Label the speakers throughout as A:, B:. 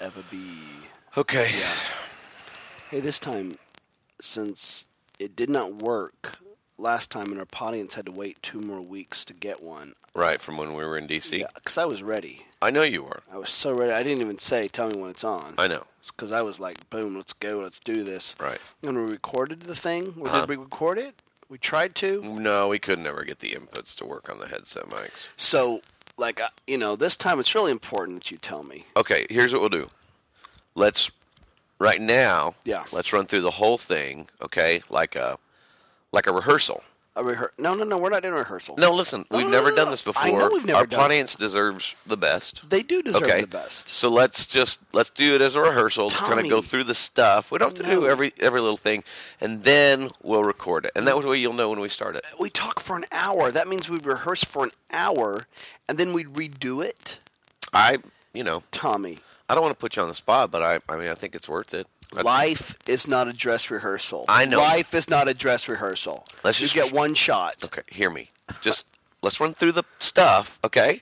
A: ever be.
B: Okay.
A: Hey, this time, since it did not work last time and our audience had to wait two more weeks to get one,
B: Right from when we were in DC.
A: because I was ready.
B: I know you were.
A: I was so ready. I didn't even say, tell me when it's on.
B: I know.
A: Because I was like, boom, let's go, let's do this.
B: Right. Uh-huh.
A: And we recorded the thing. Or Did we record it? We tried to.
B: No, we could never get the inputs to work on the headset mics.
A: So, like, I- you know, this time it's really important that you tell me.
B: Okay, here's what we'll do. Let's right now.
A: Yeah.
B: Let's run through the whole thing. Okay, like a like a rehearsal.
A: A rehe- no, no, no, we're not in rehearsal.
B: No, listen, we've
A: no,
B: never
A: no,
B: done
A: no.
B: this before.
A: I know we've never
B: Our
A: done it.
B: audience deserves the best.
A: They do deserve
B: okay.
A: the best.
B: So let's just let's do it as a rehearsal. Kind
A: Tommy.
B: of go through the stuff. We don't have to
A: No.
B: do every every little thing, and then we'll record it. And that way you'll know when we start it.
A: We talk for an hour. That means we'd rehearse for an hour and then we'd redo it.
B: I, you know,
A: Tommy,
B: I don't want to put you on the spot, but I, I mean, I think it's worth it. I-
A: life is not a dress rehearsal.
B: I know.
A: Life is not a dress rehearsal.
B: Let's
A: you
B: just-
A: get one shot.
B: Okay, hear me. Just let's run through the stuff, okay?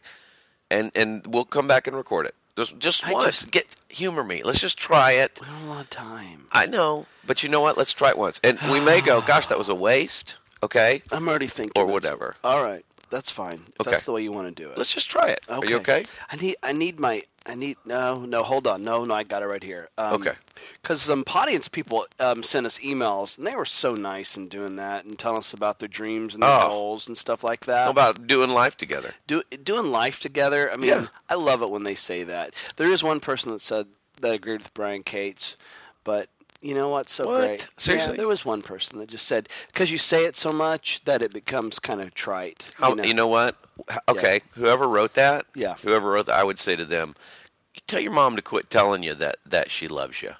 B: And and we'll come back and record it. Just just
A: I
B: once.
A: just-
B: Get humor me. Let's just try it.
A: We don't have a lot of time.
B: I know, but you know what? Let's try it once. And we may go, gosh, that was a waste. Okay?
A: I'm already thinking.
B: Or
A: that's-
B: whatever.
A: All right. That's fine. If
B: Okay.
A: That's the way you want to do it.
B: Let's just try it. Are you okay?
A: I need. I need my. I need. No, no. Hold on. No, no. I got it right here. Um,
B: Okay.
A: Because some audience people um, sent us emails, and they were so nice in doing that and telling us about their dreams and their
B: Oh.
A: goals and stuff like that.
B: How about doing life together?
A: Do, doing life together. I mean,
B: Yeah.
A: I love it when they say that. There is one person that said that agreed with Brian Cates, but. You know what's so
B: What?
A: great?
B: Seriously?
A: Yeah, there was one person that just said because you say it so much that it becomes kind of trite.
B: How, Oh, you, know, what? H- Okay, whoever wrote that,
A: Yeah.
B: whoever wrote that, I would say to them, tell your mom to quit telling you that that she loves you,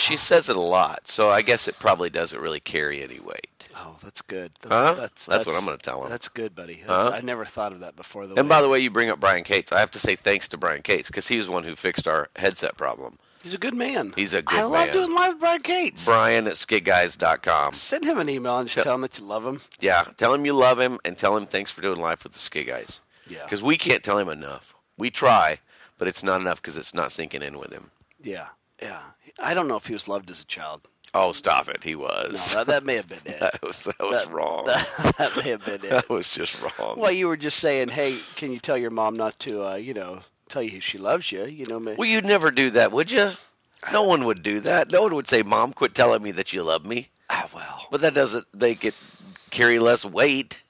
B: she says it a lot. So I guess it probably doesn't really carry any weight.
A: Oh, that's good. That's,
B: Huh? That's what I'm gonna tell 'em.
A: That's good, buddy. That's,
B: Huh?
A: I never thought of that before. The
B: And by the way, you bring up Brian Cates. I have to say thanks to Brian Cates because he was the one who fixed our headset problem.
A: he's a good man.
B: He's a good
A: I love
B: man.
A: doing live with Brian Cates.
B: Brian at skidguys.com.
A: Send him an email and just tell him that you love him.
B: Yeah, tell him you love him and tell him thanks for doing life with the Skid Guys.
A: Yeah.
B: Because we can't tell him enough. We try, but it's not enough because it's not sinking in with him.
A: Yeah, yeah. I don't know if he was loved as a child.
B: Oh, stop it. He
A: No,
B: was.
A: that, that may have been it.
B: that was, that was wrong. That,
A: That, that may have been it.
B: was just wrong.
A: Well, you were just saying, hey, can you tell your mom not to, uh, you know, tell you she loves you? You know, ma-
B: well, you'd never do that, would you? No one would do that. No one would say, Mom, quit telling me that you love me.
A: ah, well,
B: But that doesn't make it carry less weight.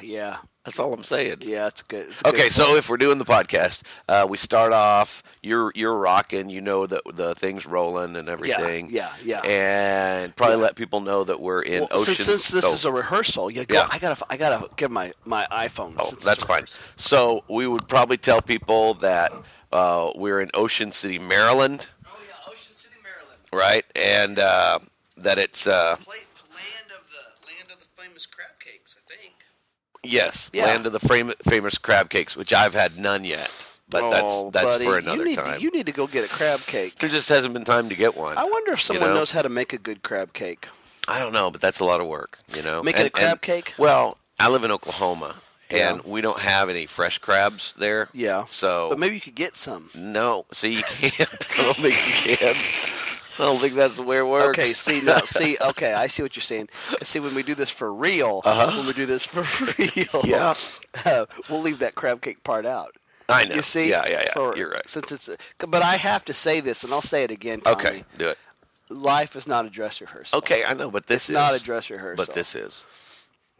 A: yeah,
B: That's all I'm saying.
A: yeah. It's good. It's a
B: Okay,
A: good-
B: so if we're doing the podcast, uh, we start off. You're you're rocking. You know that the thing's rolling and everything.
A: yeah, yeah.
B: And probably let people know that we're in
A: Well,
B: ocean.
A: since, since this
B: oh,
A: is a rehearsal, you go,
B: Yeah.
A: I gotta, I gotta give my my iPhone.
B: oh,
A: since it's
B: that's
A: a
B: fine. So we would probably tell people that uh, we're in Ocean City, Maryland,
C: Oh yeah, Ocean City, Maryland.
B: right? And uh, that it's uh,
C: Pla land of the land of the famous crab cakes, I think.
B: yes,
A: Yeah.
B: land of the fam- famous crab cakes, which I've had none yet. But
A: Oh,
B: that's that's
A: buddy,
B: for another
A: you need
B: time.
A: To, you need to go get a crab cake.
B: there just hasn't been time to get one.
A: I wonder if
B: you
A: someone
B: know?
A: knows how to make a good crab cake.
B: I don't know, but that's a lot of work, you know.
A: Making a crab cake?
B: Well, I live in Oklahoma,
A: Yeah.
B: and we don't have any fresh crabs there.
A: Yeah.
B: So
A: But maybe you could get some.
B: no, see, you can't. I don't think you can. I don't think that's where it works.
A: Okay, see now, see, okay, I see what you're saying. See, when we do this for real, uh when we do this for real,
B: Uh-huh. Yeah.
A: uh, we'll leave that crab cake part out.
B: I know.
A: You see,
B: Yeah, yeah, yeah.
A: For-
B: You're right.
A: Since it's, but I have to say this, and I'll say it again. Tommy.
B: Okay, do it.
A: life is not a dress rehearsal.
B: Okay, I know, but this is
A: not a dress rehearsal.
B: But this is.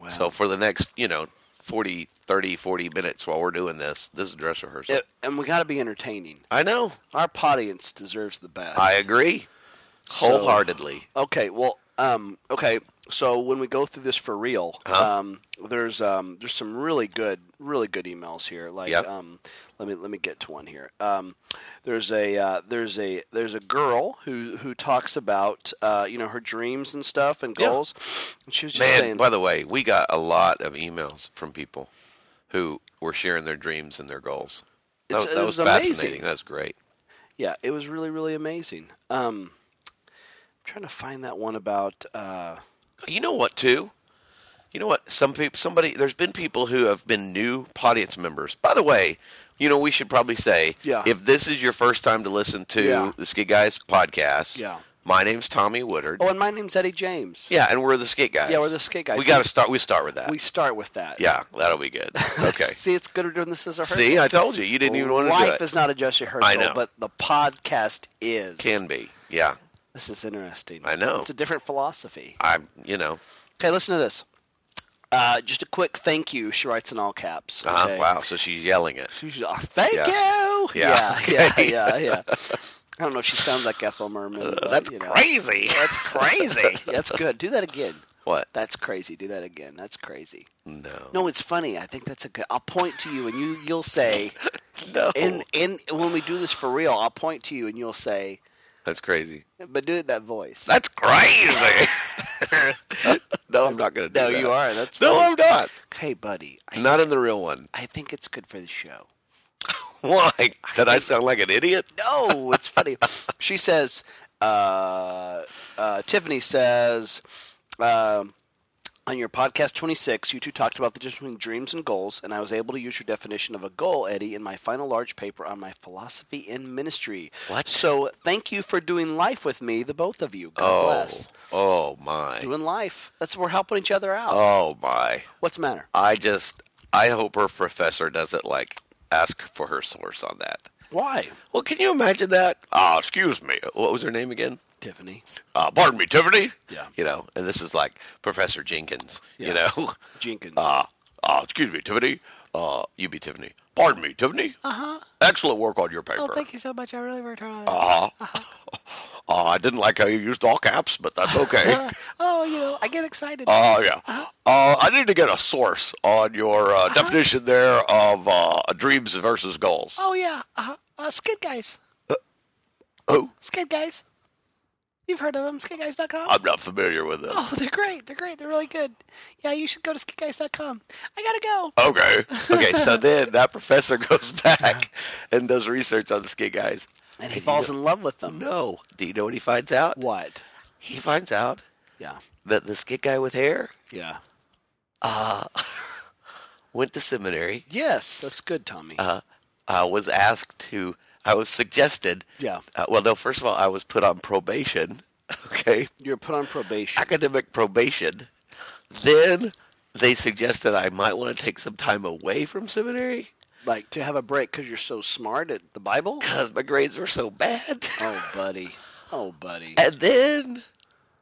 A: Wow.
B: So for the next, you know, 40, 30, 40 minutes while we're doing this, this is dress rehearsal.
A: It- and we got to be entertaining.
B: I know.
A: Our audience deserves the best.
B: I agree wholeheartedly.
A: Okay, well, um, okay. So when we go through this for real,
B: Uh-huh.
A: um, there's um, there's some really good, really good emails here. Like,
B: Yep.
A: um, let me let me get to one here. Um, there's a uh, there's a there's a girl who who talks about uh, you know her dreams and stuff and
B: Yeah.
A: goals. And she was just
B: Man,
A: saying,
B: by the way, we got a lot of emails from people who were sharing their dreams and their goals. That,
A: It's-
B: was-
A: it
B: that
A: was
B: was,
A: amazing.
B: fascinating. That's great.
A: yeah, it was really really amazing. Um, I'm trying to find that one about. Uh,
B: You know what, too? You know what? Some people, somebody, there's been people who have been new audience members. By the way, you know, we should probably say
A: Yeah.
B: if this is your first time to listen to
A: Yeah.
B: the Skit Guys podcast,
A: Yeah.
B: my name's Tommy Woodard.
A: Oh, and my name's Eddie James.
B: yeah, and we're the Skit Guys.
A: Yeah, we're the Skit Guys.
B: We
A: We-
B: got to start. We start with that.
A: We start with that.
B: yeah, that'll be good. Okay.
A: See, it's good at doing this as a rehearsal.
B: See, I told you, you didn't even want to do
A: Life
B: it.
A: is not a just rehearsal,
B: I know.
A: but the podcast is.
B: Can be. Yeah,
A: This is interesting.
B: I know.
A: It's a different philosophy.
B: I'm. You know.
A: Okay, listen to this. Uh, just a quick thank you. She writes in all caps.
B: Uh-huh.
A: okay?
B: Wow. So she's yelling it.
A: She's, "Oh, thank
B: Yeah.
A: you.
B: Yeah.
A: Yeah, yeah, yeah, yeah. I don't know if she sounds like Ethel Merman. but,
B: Uh, That's
A: you know.
B: crazy.
A: That's crazy. That's good. Do that again.
B: What?
A: That's crazy. Do that again. That's crazy.
B: No.
A: No, it's funny. I think that's a good. I'll point to you, and you you'll say,
B: No.
A: and and when we do this for real, I'll point to you, and you'll say,
B: That's crazy.
A: but do it that voice.
B: That's crazy. no, I'm not going to do
A: no,
B: that.
A: you are. That's
B: No, I'm not.
A: Hey, buddy. I,
B: Not in the real one.
A: I think it's good for the show.
B: Why? Did I sound like an idiot?
A: No, it's funny. she says, uh, uh, Tiffany says, um on your podcast 26, you two talked about the difference between dreams and goals, and I was able to use your definition of a goal, Eddie, in my final large paper on my philosophy in ministry.
B: What?
A: So thank you for doing life with me, the both of you. God
B: Oh.
A: bless.
B: Oh my.
A: Doing life. That's we're helping each other out.
B: Oh my.
A: What's the matter?
B: I just I hope her professor doesn't like ask for her source on that.
A: Why?
B: Well, can you imagine that? Ah, excuse me. What was her name again?
A: Tiffany.
B: Uh, pardon me, Tiffany.
A: Yeah.
B: You know, and this is like Professor Jenkins. You
A: Yeah.
B: know.
A: Jenkins.
B: Uh, uh, excuse me, Tiffany. Uh, you be Tiffany. Pardon me, Tiffany. Uh huh. Excellent work on your paper.
A: Uh-huh.
B: Uh-huh.
A: oh, thank you Uh-huh. so much. I really worked hard on it.
B: Uh, I didn't like how you used all caps, but that's okay.
A: oh, you know, I get excited.
B: Oh yeah.
A: Uh-huh.
B: Uh, I need to get a source on your uh, definition there of uh, dreams versus goals.
A: Oh yeah, uh, uh, Skid Guys.
B: Who?
A: Skid Guys. You've heard of them, skidguys.com?
B: I'm not familiar with them.
A: oh, they're great. They're great. They're really good. Yeah, you should go to skidguys.com. I got to go.
B: Okay. Okay. So then that professor goes back and does research on the skid guys.
A: And he falls in love with them.
B: No. Do you know what he finds out?
A: What?
B: He finds out
A: Yeah.
B: that the skid guy with hair
A: Yeah.
B: went to seminary.
A: Yes, that's good, Tommy.
B: Uh, I was asked to. I was suggested.
A: Yeah.
B: Uh, well, no. First of all, I was put on probation. Okay.
A: You're put on probation.
B: academic probation. Then they suggested I might want to take some time away from seminary
A: Like to have a break because you're so smart at the Bible?
B: because my grades were so bad.
A: Oh, buddy. Oh, buddy.
B: And then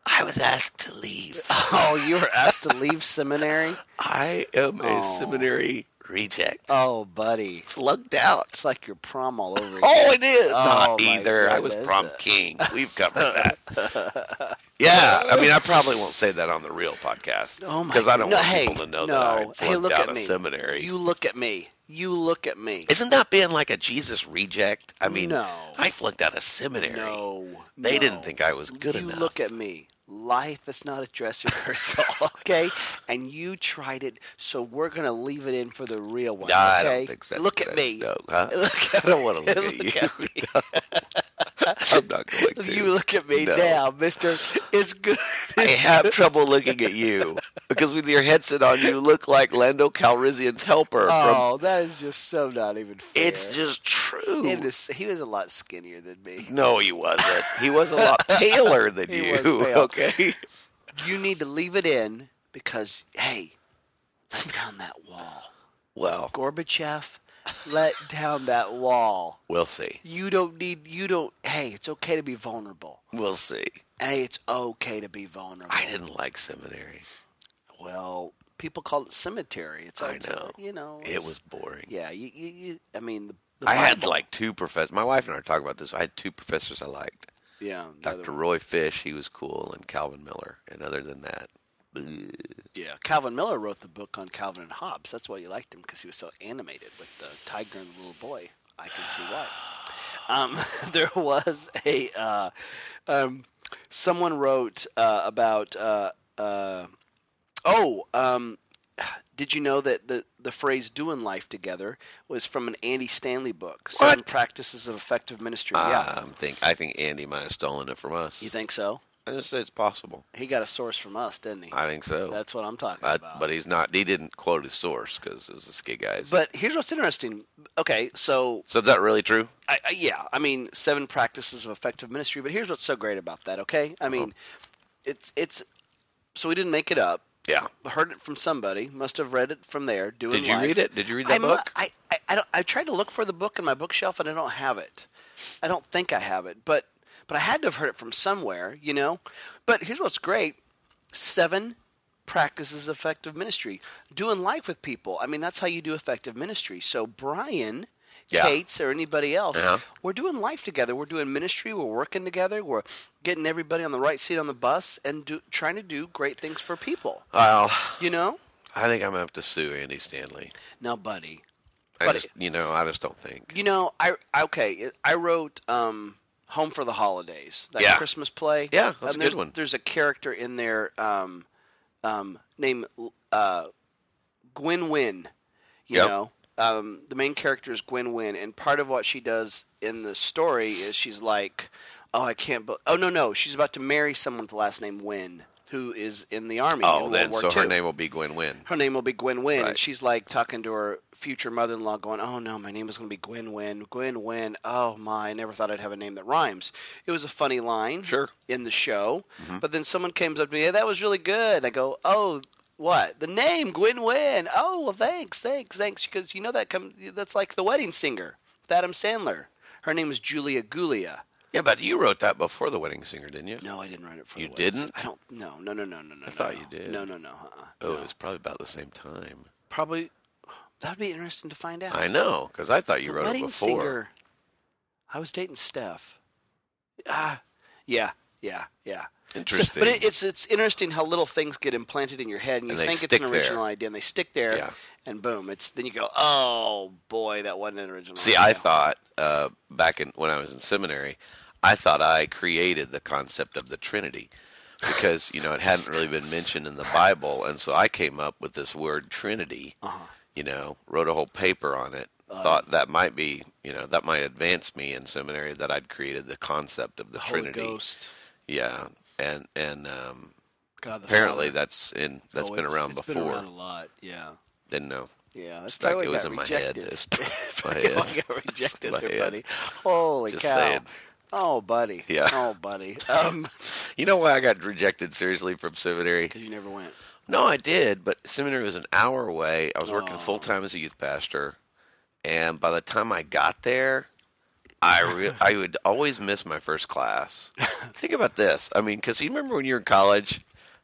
B: I was asked to leave.
A: Oh, you were asked to leave seminary?
B: I am a
A: Oh.
B: seminary reject.
A: Oh, buddy.
B: Plugged out.
A: It's like your prom all over again.
B: Oh, it is.
A: Oh,
B: Not
A: my
B: either. I was
A: goodness.
B: prom king. We've covered that. yeah. I mean, I probably won't say that on the real podcast.
A: Oh my!
B: Because I don't
A: no,
B: want
A: hey,
B: people to know
A: no.
B: that I plugged
A: hey, look
B: out
A: at
B: of
A: me.
B: seminary.
A: You look at me. You look at me.
B: Isn't that being like a Jesus reject? I mean,
A: No.
B: I flunked out of seminary.
A: no,
B: They
A: no.
B: didn't think I was good
A: you
B: enough.
A: look at me. Life is not a dress rehearsal, okay? And you tried it, so we're gonna leave it in for the real one.
B: Nah, I
A: okay?
B: don't think so.
A: Look at me.
B: No, huh?
A: Look
B: I don't want to look at
A: Look
B: you.
A: at me.
B: I'm not going to.
A: You look at me
B: No.
A: now, Mister. It's good.
B: I have trouble looking at you because with your headset on, you look like Lando Calrissian's helper. from,
A: oh, that is just so not even fair.
B: it's just true.
A: It is- he was a lot skinnier than me.
B: no, he wasn't. He was a lot paler than
A: He
B: you.
A: was pale.
B: Okay.
A: You need to leave it in because hey, let down that wall.
B: Well,
A: Gorbachev, let down that wall.
B: we'll see.
A: You don't need, you don't, hey, it's okay to be vulnerable.
B: We'll see.
A: Hey, it's okay to be vulnerable.
B: I didn't like seminary.
A: Well, people call it cemetery. It's,
B: I
A: it's,
B: know.
A: You know.
B: It
A: it's-
B: was boring.
A: Yeah, you, you, you I mean, the, the
B: I had
A: Bible-
B: like two professors. My wife and I are talking about this. I had two professors I liked.
A: yeah, the other
B: Dr.
A: one.
B: Roy Fish, he was cool, and Calvin Miller. And other than that, bleh.
A: Yeah, Calvin Miller wrote the book on Calvin and Hobbes. That's why you liked him because he was so animated with the tiger and the little boy. I can see why. Um, there was a uh, um, someone wrote uh, about uh, uh, oh um, did you know that the the phrase "doing life together" was from an Andy Stanley book, Seven
B: What?
A: Practices of Effective Ministry. yeah,
B: um, think I think Andy might have stolen it from us.
A: you think so?
B: I just say it's possible.
A: He got a source from us, didn't he?
B: I think so.
A: That's what I'm talking
B: Uh,
A: about.
B: but he's not. He didn't quote his source because it was a skid guys.
A: But here's what's interesting. Okay, so
B: so is that really true?
A: I, I, yeah, I mean, seven practices of effective ministry. But here's what's so great about that. Okay, I mean, it's it's so we didn't make it up.
B: Yeah.
A: heard it from somebody. Must have read it from there. Doing
B: Did you
A: life.
B: read it? Did you read the
A: I'm not-
B: book?
A: I, I I don't. I tried to look for the book in my bookshelf, and I don't have it. I don't think I have it, but but I had to have heard it from somewhere, you know. But here's what's great: seven practices of effective ministry, doing life with people. I mean, that's how you do effective ministry. So Brian.
B: Yeah. Uh-huh.
A: Kate's or anybody else,
B: Yeah.
A: we're doing life together. We're doing ministry. We're working together. We're getting everybody on the right seat on the bus and do, trying to do great things for people.
B: Well,
A: You know?
B: I think I'm gonna have to sue Andy Stanley.
A: No, buddy.
B: I
A: But-
B: just, you know, I just don't think.
A: You know, I I- okay. I wrote um, "Home for the Holidays," that
B: Yeah.
A: Christmas play.
B: Yeah, that's a
A: And
B: good
A: there's,
B: one.
A: There's a character in there um, um, named uh, Gwen Wynn. You
B: Yep.
A: know, um, the main character is Gwen Wynn, and part of what she does in the story is she's like, "Oh, I can't." Be- oh no, no, she's about to marry someone with the last name Wynn, who is in the army. in
B: Oh,
A: World
B: then
A: War
B: so her
A: II
B: name will be Gwen Wynn.
A: her name will be Gwen Wynn. And
B: Right.
A: she's like talking to her future mother in law, going, Oh no, my name is going to be Gwen Wynn. Gwen Wynn. Oh my, I never thought I'd have a name that rhymes. It was a funny line
B: Sure. Mm-hmm.
A: in the show. But then someone comes up to me, Hey, that was really good. I go, Oh, what? The name, Gwen Wynn. Oh, well, thanks, thanks, thanks. Because you know that come, that's like The Wedding Singer with Adam Sandler. Her name is Julia Gulia.
B: Yeah, but you wrote that before the Wedding Singer, didn't you?
A: No, I didn't write it for
B: You
A: The Wedding
B: didn't?
A: Singer. I don't. No, no, no, no, no, no. I
B: thought you did.
A: No, no, no. Uh-uh.
B: Oh,
A: no.
B: it's probably about the same time.
A: probably. That'd be interesting to find out.
B: I know, because I thought you wrote it
A: Wedding
B: before.
A: Singer. I was dating Steph. Ah, yeah, yeah, yeah. So-
B: Interesting.
A: but it, it's it's interesting how little things get implanted in your head, and you
B: And they
A: think it's an
B: stick there.
A: original idea, and they stick there,
B: Yeah.
A: and boom, it's then you go, oh boy, that wasn't an original.
B: See,
A: idea.
B: I thought uh, back in when I was in seminary, I thought I created the concept of the Trinity because you know it hadn't really been mentioned in the Bible, and so I came up with this word Trinity.
A: Uh-huh.
B: You know, wrote a whole paper on it. Thought that might be, you know, that might advance me in seminary that I'd created the concept of the,
A: Holy
B: Trinity.
A: Ghost,
B: Yeah, and and um,
A: God, the
B: apparently
A: Father.
B: that's in that's
A: Oh,
B: been
A: it's-
B: around
A: it's
B: before.
A: been around a lot, yeah.
B: Didn't know.
A: Yeah, that's
B: It's like
A: probably
B: it
A: why
B: was
A: got
B: in my
A: rejected.
B: head. It's my
A: Probably why
B: head.
A: got rejected
B: my
A: there,
B: head.
A: buddy. Holy
B: Just
A: cow!
B: saying.
A: Oh, buddy.
B: Yeah.
A: Oh, buddy. Um,
B: You know why I got rejected seriously from seminary?
A: because you never went.
B: No, I did, but seminary was an hour away. I was working
A: Oh.
B: full time as a youth pastor, and by the time I got there, I re- I would always miss my first class. Think about this. I mean, because you remember when you were in college,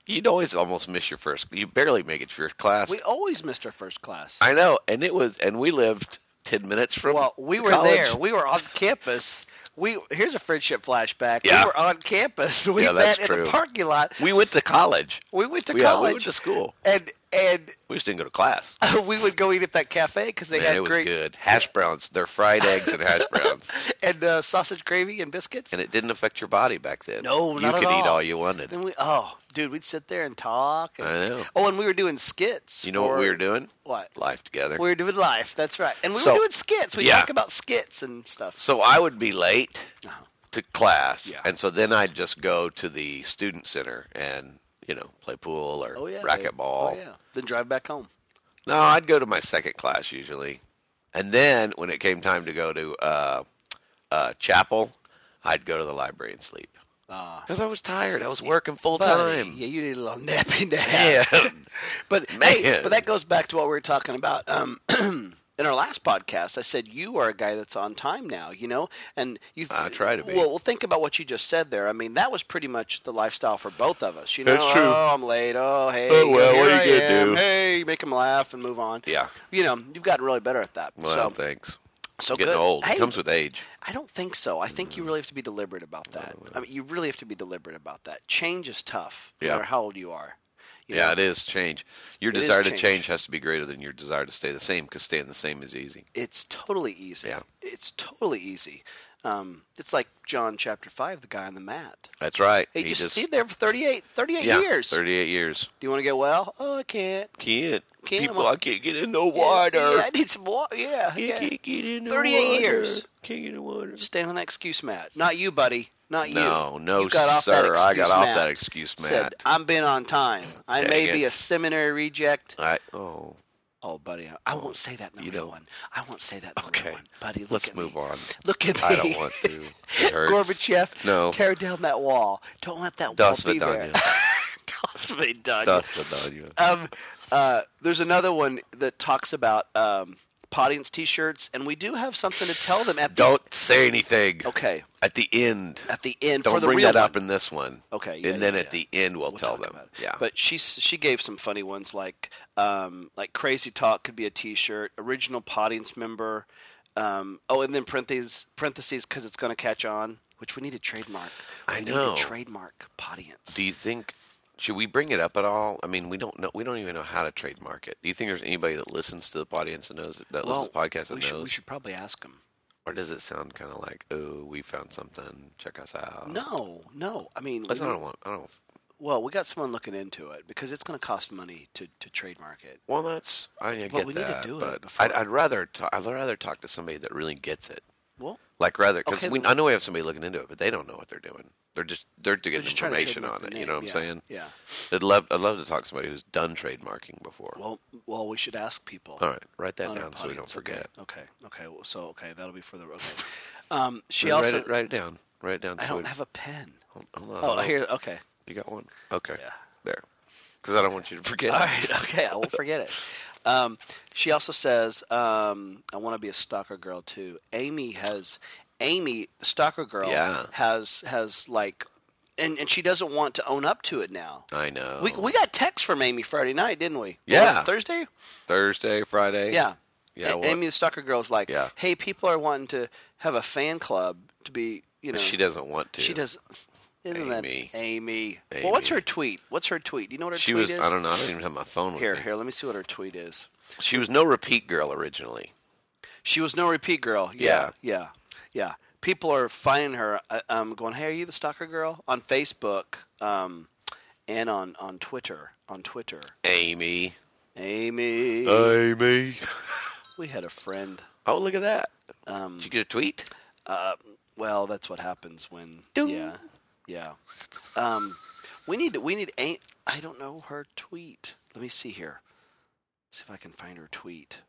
B: you'd always almost miss your first. You barely make it to your class.
A: We always missed our first class.
B: I know, and it was, and we lived ten minutes from.
A: well, Uh, we were
B: college.
A: there. We were on campus. We here's a friendship flashback.
B: Yeah.
A: We were on campus. We
B: Yeah,
A: met
B: that's
A: in the
B: true.
A: parking lot.
B: We went to college.
A: We went to
B: Yeah, we
A: college.
B: went to school.
A: And and
B: We just didn't go to class.
A: we would go eat at that cafe because they
B: Man,
A: had
B: it was
A: great
B: good. Hash browns. They're fried eggs and hash browns.
A: and uh, sausage gravy and biscuits.
B: And it didn't affect your body back then.
A: No,
B: you
A: not at
B: could eat
A: all.
B: all you wanted.
A: Then we, oh, dude, we'd sit there and talk. And,
B: I know.
A: Oh, and we were doing skits.
B: You know what
A: for-
B: we were doing?
A: What?
B: Life together.
A: We were doing life. That's right. And we
B: So-
A: were doing skits. We
B: Yeah.
A: talk about skits and stuff.
B: so I would be late
A: Uh-huh.
B: to class,
A: Yeah.
B: and so then I'd just go to the student center and you know play pool or
A: Oh yeah.
B: racquetball.
A: Oh yeah. Then drive back home.
B: No, I'd go to my second class usually, and then when it came time to go to uh, uh, chapel, I'd go to the library and sleep
A: Ah.
B: because I was tired. I was working full
A: Buddy,
B: time.
A: Yeah, you need a little nappy nap.
B: Man.
A: but hey,
B: Man.
A: but that goes back to what we were talking about. Um, in our last podcast, I said you are a guy that's on time now. You know, and you.
B: I try to be.
A: Well, well, think about what you just said there. I mean, that was pretty much the lifestyle for both of us. You know,
B: That's true.
A: oh, I'm late. Oh, hey.
B: Oh, well,
A: here
B: what are you
A: I
B: gonna
A: am.
B: do?
A: Hey, make them laugh and move on.
B: Yeah.
A: You know, you've gotten really better at that.
B: Well,
A: so,
B: thanks.
A: so
B: Getting
A: good.
B: old
A: Hey,
B: comes Mm. with age.
A: I don't think so. I think you really have to be deliberate about that. I mean, you really have to be deliberate about that. Change is tough, no
B: Yeah.
A: matter how old you are. You
B: yeah,
A: know,
B: it is change. Your
A: is
B: desire to
A: change.
B: change has to be greater than your desire to stay the same because staying the same is easy.
A: it's totally easy.
B: Yeah.
A: It's totally easy. Um, it's like John chapter 5, the guy on the mat.
B: That's right.
A: He, just stayed there for 38, 38
B: yeah,
A: years.
B: 38 years.
A: Do you want to get well? Oh, I can't.
B: Can't.
A: Can't,
B: People,
A: well-
B: I can't get in no water.
A: Yeah, I need some water. Yeah.
B: I
A: yeah.
B: can't get in no
A: 38
B: water.
A: years.
B: Can't get in the water.
A: Just stand on that excuse mat. Not you, buddy. Not you.
D: No, no,
A: You got off that
D: sir. I
A: excuse
D: got off
A: mat.
D: that excuse,
A: Said
D: Matt.
A: I've been on time. I
D: Dang
A: may
D: it.
A: be a seminary reject.
D: I, oh,
A: Oh, buddy, I, I won't say that in the
D: You
A: real
D: know.
A: one. I won't say that. In the
D: Okay.
A: real one. buddy, look
D: let's
A: at
D: move
A: me.
D: on.
A: Look at me.
D: I don't want to. It hurts.
A: Gorbachev,
D: No.
A: tear down that wall. Don't let that
D: Das
A: wall be there. Das Vidania.
D: Vidania. Das Vidania.
A: um, uh, there's another one that talks about um, audience T-shirts, and we do have something to tell them at the
D: Don't say anything.
A: okay
D: At the end.
A: at the end
D: Don't
A: for the
D: bring
A: real
D: that up
A: one.
D: in this one.
A: Okay, yeah,
D: and then
A: yeah,
D: at
A: yeah.
D: the end, we'll,
A: We'll
D: tell
A: talk
D: them.
A: about it.
D: Yeah.
A: but she she gave some funny ones like um, like crazy talk could be a T-shirt, original audience member. Um, oh, and then parentheses parentheses because it's going to catch on, which we need to trademark. We
D: I
A: need to
D: know.
A: trademark audience.
D: do you think? Should we bring it up at all? I mean, we don't know. We don't even know how to trademark it. Do you think there's anybody that listens to the audience and knows that
A: well,
D: listens to podcasts
A: we
D: and
A: should,
D: knows?
A: we should probably ask them.
D: Or does it sound kind of like, oh, we found something. Check us out.
A: No, no. I mean,
D: That's
A: we
D: what
A: don't-
D: I don't want. I don't.
A: Well, we got someone looking into it because it's going to cost money to, to trademark it.
D: Well, that's I get
A: Well, we need to
D: that,
A: do it
D: but
A: before-
D: I'd, I'd rather talk, I'd rather talk to somebody that really gets it.
A: Well,
D: Like rather, because
A: Okay,
D: we
A: then-
D: I know we have somebody looking into it, but they don't know what they're doing. They're just they're to
A: they're
D: get
A: just trying to
D: information
A: trademark
D: on it.
A: the
D: You know what I'm
A: name. Yeah,
D: saying?
A: Yeah.
D: I'd love I'd love to talk to somebody who's done trademarking before.
A: Well, well, we should ask people.
D: All right, write that
A: on our
D: down so we don't
A: audience.
D: forget.
A: Okay. Okay. okay. Well, so okay, that'll be for the okay. Um, she
D: Write
A: also.
D: it write it down. Write it down.
A: I
D: so we-
A: don't have a pen.
D: Hold, hold on.
A: Oh,
D: hold on.
A: here. Okay.
D: You got one? Okay.
A: Yeah.
D: There. Because I don't want you to forget.
A: All right. Okay. I won't forget it. Um, she also says, um, "I want to be a stalker girl too." Amy has Amy the stalker girl
D: Yeah.
A: has has like, and and she doesn't want to own up to it now.
D: I know.
A: We, we got text from Amy Friday night, didn't we?
D: Yeah.
A: Was it Thursday?
D: Thursday, Friday.
A: Yeah.
D: Yeah,
A: A-
D: what-
A: Amy the Stalker Girl's like,
D: Yeah.
A: hey, people are wanting to have a fan club to be, you know.
D: She doesn't want to.
A: She does. Isn't
D: Amy.
A: that Amy? Well, what's
D: Amy.
A: her tweet? What's her tweet? Do you know what her
D: She
A: tweet
D: was.
A: is?
D: I don't know. I don't even have my phone with
A: Here,
D: me.
A: here, let me see what her tweet is.
D: She was no repeat girl originally.
A: She was no repeat girl. Yeah. Yeah. Yeah. People are finding her, uh, um, going, hey, are you the Stalker Girl? On Facebook um, and on, on Twitter. On Twitter.
D: Amy.
A: Amy.
D: Uh, Amy.
A: we had a friend. um,
D: Oh, look at that.
A: Mm.
D: Did you get a tweet?
A: Uh, Well, that's what happens when.
D: Ding.
A: Yeah, yeah. Um, we need we need. A, I don't know her tweet. Let me see here. See if I can find her tweet.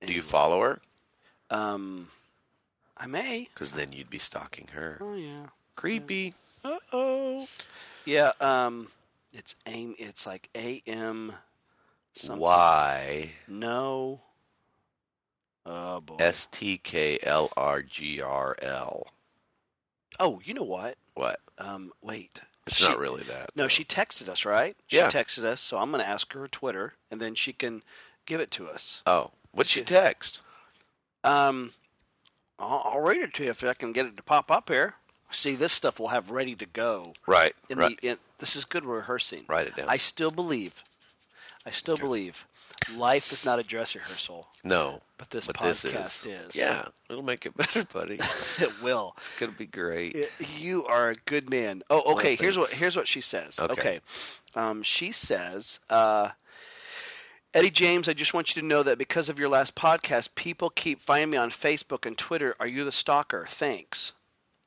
D: Do you
A: Anyway,
D: follow her?
A: Um, I may.
D: Because then you'd be stalking her.
A: Oh yeah.
D: Creepy.
A: Uh oh. Yeah. Um, it's aim. It's like A M. Something.
D: Y
A: No. Oh boy.
D: S T K L R G R L.
A: oh, you know what?
D: What?
A: Um, wait.
D: It's
A: She-
D: not really that.
A: No,
D: though.
A: she texted us, right?
D: Yeah.
A: She texted us, so I'm going to ask her Twitter, and then she can give it to us.
D: Oh, what'd she text?
A: Um, I'll, I'll read it to you if I can get it to pop up here. See, this stuff we'll have ready to go.
D: Right.
A: In
D: right.
A: The, in, this is good rehearsing.
D: Write it down.
A: I still believe. I still believe. Life is not a dress rehearsal,
D: no.
A: but this
D: But this
A: podcast
D: is.
A: is.
D: Yeah. It'll make it better, buddy. it's
A: it will.
D: gonna be great.
A: You are a good man. Oh, okay. here's what
D: thanks.
A: here's what she says.
D: Okay.
A: Okay, Um, she says, uh, Eddie James, I just want you to know that because of your last podcast, people keep finding me on Facebook and Twitter. Are you the stalker? Thanks.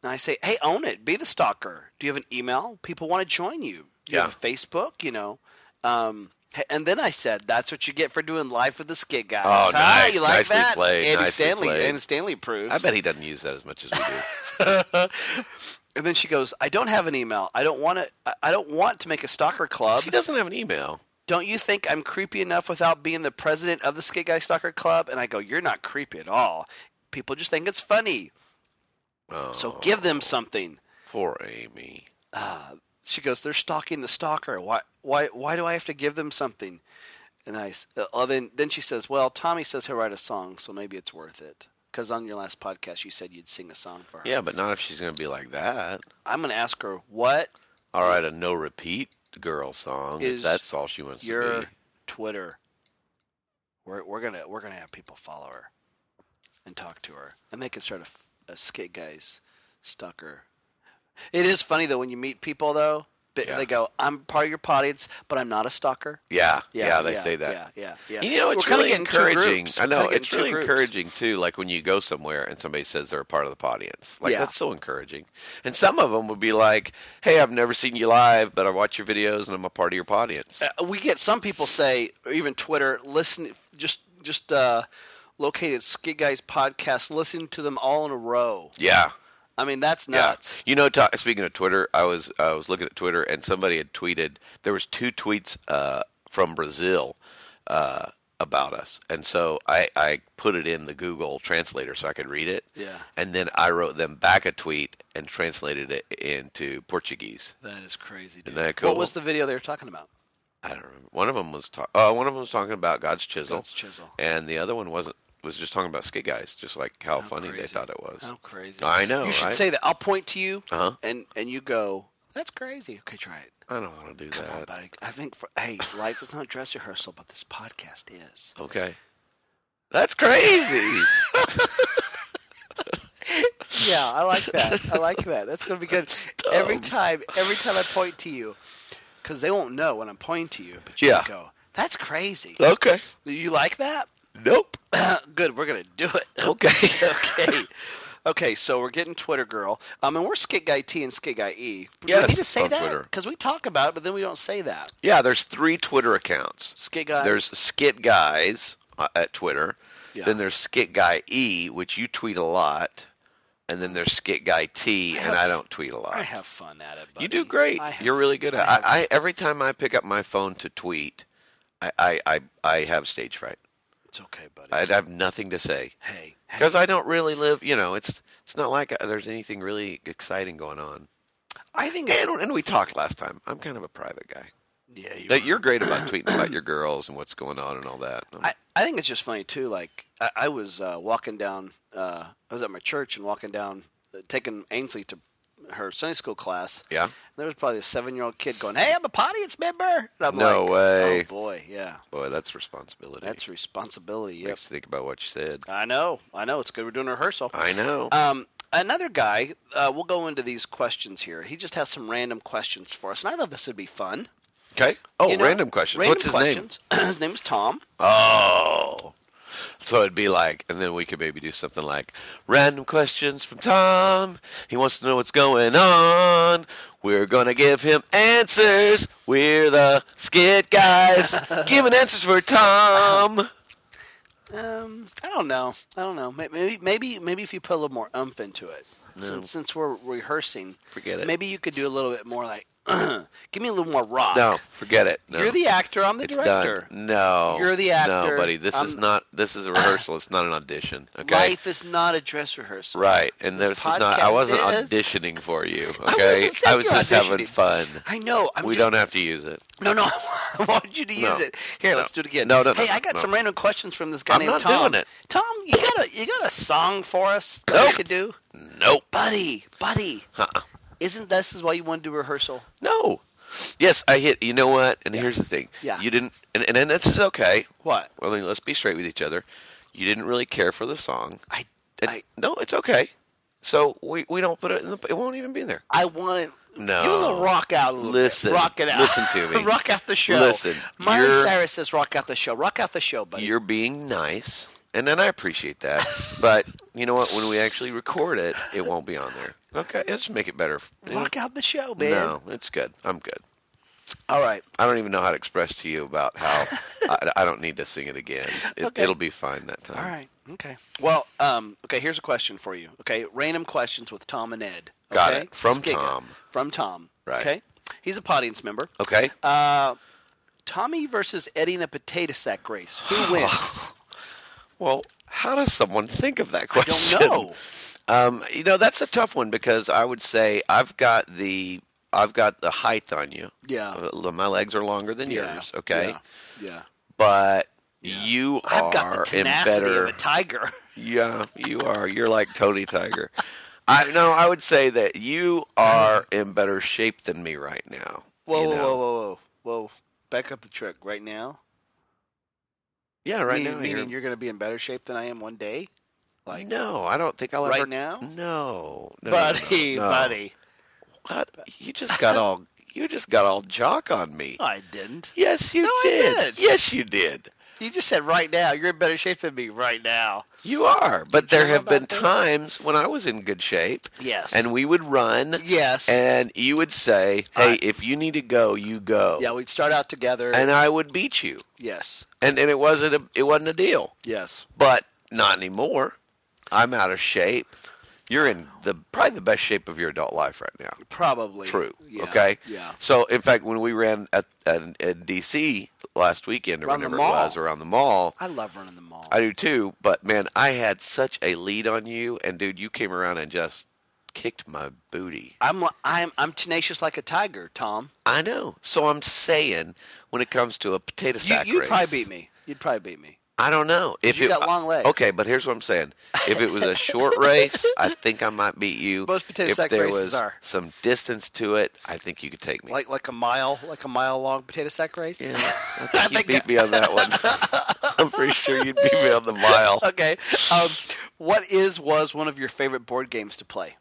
A: And I say, hey, own it. Be the stalker. Do you have an email? People want to join you. Do you
D: Yeah.
A: have a Facebook? You know. Um, h- and then I said, "That's what you get for doing life with the skid guys."
D: Oh,
A: Huh?
D: nice.
A: You like
D: Nicely
A: that?
D: played.
A: Andy
D: Nicely
A: Stanley.
D: played.
A: Andy Stanley approves.
D: I bet he doesn't use that as much as we do.
A: And then she goes, "I don't have an email. I don't want to. I- I don't want to make a stalker club.
D: She doesn't have an email.
A: Don't you think I'm creepy enough without being the president of the Skate Guy Stalker Club?" And I go, "You're not creepy at all. People just think it's funny.
D: Oh,
A: So give them something." Uh,
D: poor Amy.
A: She goes, "They're stalking the stalker. Why? Why? Why do I have to give them something?" And I, s- uh, well, then then she says, "Well, Tommy says he'll write a song, so maybe it's worth it." Because on your last podcast, you said you'd sing a song for her.
D: Yeah, but not if she's gonna be like that.
A: I'm going to ask her what
D: All right, a no repeat girl song. if
A: Is
D: that's all she wants to
A: your
D: be.
A: Twitter. We're we're gonna we're gonna have people follow her and talk to her, and they can start a, f- a skit guys stalker. It is funny though when you meet people though, But
B: Yeah.
A: They go, I'm part of your audience, but I'm not a stalker.
B: Yeah, yeah, they say that.
A: Yeah, yeah, yeah.
B: You know, it's
A: We're kinda
B: really
A: getting two
B: encouraging.
A: groups.
B: I
A: We're
B: know
A: kinda getting
B: it's
A: two
B: really
A: groups.
B: encouraging too. Like when you go somewhere and somebody says they're a part of the audience, like
A: Yeah.
B: that's so encouraging. And some of them would be like, "Hey, I've never seen you live, but I watch your videos and I'm a part of your audience."
A: Uh, we get some people say, or even Twitter, listen, just just uh, located Skid Guys podcast, listen to them all in a row.
B: yeah,
A: I mean, that's nuts.
B: Yeah. You know, ta speaking of Twitter, I was I was looking at Twitter and somebody had tweeted there was two tweets uh, from Brazil uh, about us, and so I, I put it in the Google translator so I could read it.
A: Yeah.
B: And then I wrote them back a tweet and translated it into Portuguese.
A: That is crazy. Dude.
B: that cool?
A: What was the video they were talking about?
B: I don't remember. One of them was ta- oh, one of them was talking about God's chisel.
A: God's chisel.
B: And the other one wasn't. Was just talking about skid guys, just like how, funny they
A: crazy.
B: thought it was.
A: How crazy!
B: I know.
A: You should
B: right?
A: say that. I'll point to you,
B: Uh-huh.
A: and and you go. That's crazy. Okay, try it.
B: I don't want to do
A: Come on,
B: that.
A: buddy. I think for hey, life is not a dress rehearsal, but this podcast is.
B: Okay. That's crazy.
A: Yeah, I like that. I like that. That's gonna be good. Every time, every time I point to you, because they won't know when I'm pointing to you, but you
B: Yeah.
A: go, "That's crazy."
B: okay.
A: You like that?
B: Nope.
A: good. We're gonna do it.
B: Okay.
A: okay. Okay, so we're getting Twitter girl. Um, and we're Skit Guy T and Skit Guy E. Do
B: Yes,
A: we need to say
B: on
A: that
B: Twitter.
A: because we talk about it, but then we don't say that.
B: yeah, there's three Twitter accounts.
A: Skit Guys.
B: There's Skit Guys uh, at Twitter.
A: Yeah.
B: Then there's Skit Guy E, which you tweet a lot. And then there's Skit Guy T, and
A: have-
B: I don't tweet a lot.
A: I have fun at it. Buddy.
B: you do great.
A: I have-
B: You're really good at it. I, I, every time I pick up my phone to tweet, I, I, I, I have stage fright.
A: It's okay, buddy.
B: I'd have nothing to say.
A: hey, hey,
B: Because I don't really live, you know, it's it's not like uh, there's anything really exciting going on.
A: I think it's,
B: And, and we talked last time. I'm kind of a private guy.
A: yeah, you
B: That
A: are.
B: you're great about tweeting about your girls and what's going on and all that.
A: I, I think it's just funny too. Like I, I was uh, walking down, uh, I was at my church and walking down, uh, taking Ainsley to her Sunday school class.
B: Yeah.
A: there was probably a seven-year-old kid going, "Hey, I'm a audience member." And I'm
B: No
A: like,
B: way.
A: Oh boy, yeah,
B: Boy, that's responsibility.
A: that's responsibility. Yep. Uh,
B: Makes you think about what you said.
A: I know, I know. It's good we're doing a rehearsal.
B: I know.
A: Um, another guy, uh, we'll go into these questions here. He just has some random questions for us, and I thought this would be fun.
B: okay. Oh,
A: You know,
B: random questions.
A: Random
B: What's his name?
A: questions. name? his name is Tom.
B: Oh. So it'd be like, and then we could maybe do something like random questions from Tom. He wants to know what's going on. We're going to give him answers. We're the skit guys giving answers for Tom.
A: Um, I don't know. I don't know. May- Maybe maybe maybe if you put a little more umph into it, since, since we're rehearsing,
B: Forget it.
A: Maybe you could do a little bit more like, give me a little more rock.
B: No, Oh, forget it. No.
A: you're the actor. I'm the
B: It's
A: director.
B: done. No,
A: You're the actor.
B: No, buddy, this is
A: I'm-
B: not. This is a rehearsal. it's not an audition. Okay,
A: Life is not a dress rehearsal.
B: right? And
A: This
B: this, is not. I
A: podcast
B: wasn't
A: is-
B: auditioning for you.
A: I
B: Okay,
A: wasn't saying
B: was
A: you're
B: just having
A: auditioning.
B: fun.
A: I know. I'm
B: we
A: just,
B: don't have to use it.
A: No, no. I want you to use
B: No.
A: it. Here,
B: No.
A: let's do it again.
B: No, no, no,
A: Hey, I got
B: no.
A: some random questions from this guy
B: I'm
A: named
B: not
A: Tom.
B: doing it.
A: Tom, you got a you got a song for us that we
B: Nope. Uh-uh.
A: could do,
B: Nope.
A: buddy, buddy. Isn't this is why you want to do rehearsal?
B: No. Yes, I hit. You know what? And here's the thing.
A: Yeah.
B: You didn't, and, and and this is okay.
A: What?
B: Well, I mean, let's be straight with each other. You didn't really care for the song.
A: I
B: And-
A: I
B: no, it's okay. So we, we don't put it in the. It won't even be in there.
A: I want to
B: No.
A: give a little rock out a little bit.
B: Listen.
A: rock it out.
B: Listen to me.
A: rock out the show.
B: Listen,
A: Miley
B: you're-
A: Cyrus says rock out the show. Rock out the show, buddy.
B: You're being nice, and then I appreciate that. but you know what? When we actually record it, it won't be on there. Okay, it'll just make it better.
A: rock out the show, man.
B: no, it's good. I'm good.
A: All right.
B: I don't even know how to express to you about how I, I don't need to sing it again. It,
A: Okay.
B: It'll be fine that time.
A: All right. Okay. Well, um, okay, here's a question for you. Okay, random questions with Tom and Ed. Okay?
B: Got it. From
A: Skigga.
B: Tom.
A: From Tom.
B: Right.
A: Okay. He's a audience member.
B: Okay.
A: Uh, Tommy versus Eddie in a potato sack race. Who
B: Oh,
A: wins?
B: well, how does someone think of that
A: I
B: question?
A: don't know.
B: Um, you know, that's a tough one because I would say I've got the I've got the height on you.
A: Yeah.
B: Uh, my legs are longer than yours. Okay.
A: Yeah. yeah.
B: But you are
A: I've got the
B: in
A: tenacity
B: better.
A: of a tiger.
B: Yeah, you are. You're like Tony Tiger. I no, I would say that you are in better shape than me right now.
A: Whoa,
B: you
A: whoa,
B: know?
A: whoa, whoa, whoa, whoa! Back up the truck right now.
B: Yeah, right
A: Meaning-
B: now.
A: meaning you're going to be in better shape than I am one day,
B: like no, I don't think I'll
A: Right
B: ever
A: now?
B: No, no, no,
A: buddy,
B: no, no.
A: buddy.
B: What? You just got all
D: You just got all jock on me.
A: I didn't.
D: Yes, you
A: Oh, No, I
D: did.
A: did.
D: Yes, you did.
A: You just said right now. You're in better shape than me right now.
D: You are. But there
A: know
D: have been
A: about this?
D: times when I was in good shape.
A: Yes.
D: And we would run.
A: Yes.
D: And you would say, hey,
A: I-
D: if you need to go, you go.
A: yeah, we'd start out together.
D: And I would beat you.
A: yes.
D: And, and it wasn't a, it wasn't a deal.
A: Yes.
D: But not anymore. I'm out of shape. You're in the probably the best shape of your adult life right now.
A: Probably.
D: True.
A: Yeah,
D: Okay.
A: Yeah.
D: So in fact, when we ran at, at, at DC last weekend or
A: Around the
D: whenever it
A: mall.
D: was around the mall,
A: I love running the mall.
D: I do too. But man, I had such a lead on you, and dude, you came around and just kicked my booty.
A: I'm li- I'm I'm tenacious like a tiger, Tom.
D: I know. So I'm saying, when it comes to a potato
A: You,
D: sack
A: you'd
D: race,
A: probably beat me. You'd probably beat me.
D: I don't know if
A: you
D: it,
A: got long legs.
D: Okay, but here's what I'm saying: if it was a short race, I think I might beat you.
A: Most potato
D: if
A: sack
D: there
A: races
D: was
A: are.
D: some distance to it, I think you could take me.
A: Like like a mile, like a mile long potato sack race.
D: Yeah, I think you beat me on that one. I'm pretty sure you beat me on the mile.
A: Okay. Um, what is was one of your favorite board games to play?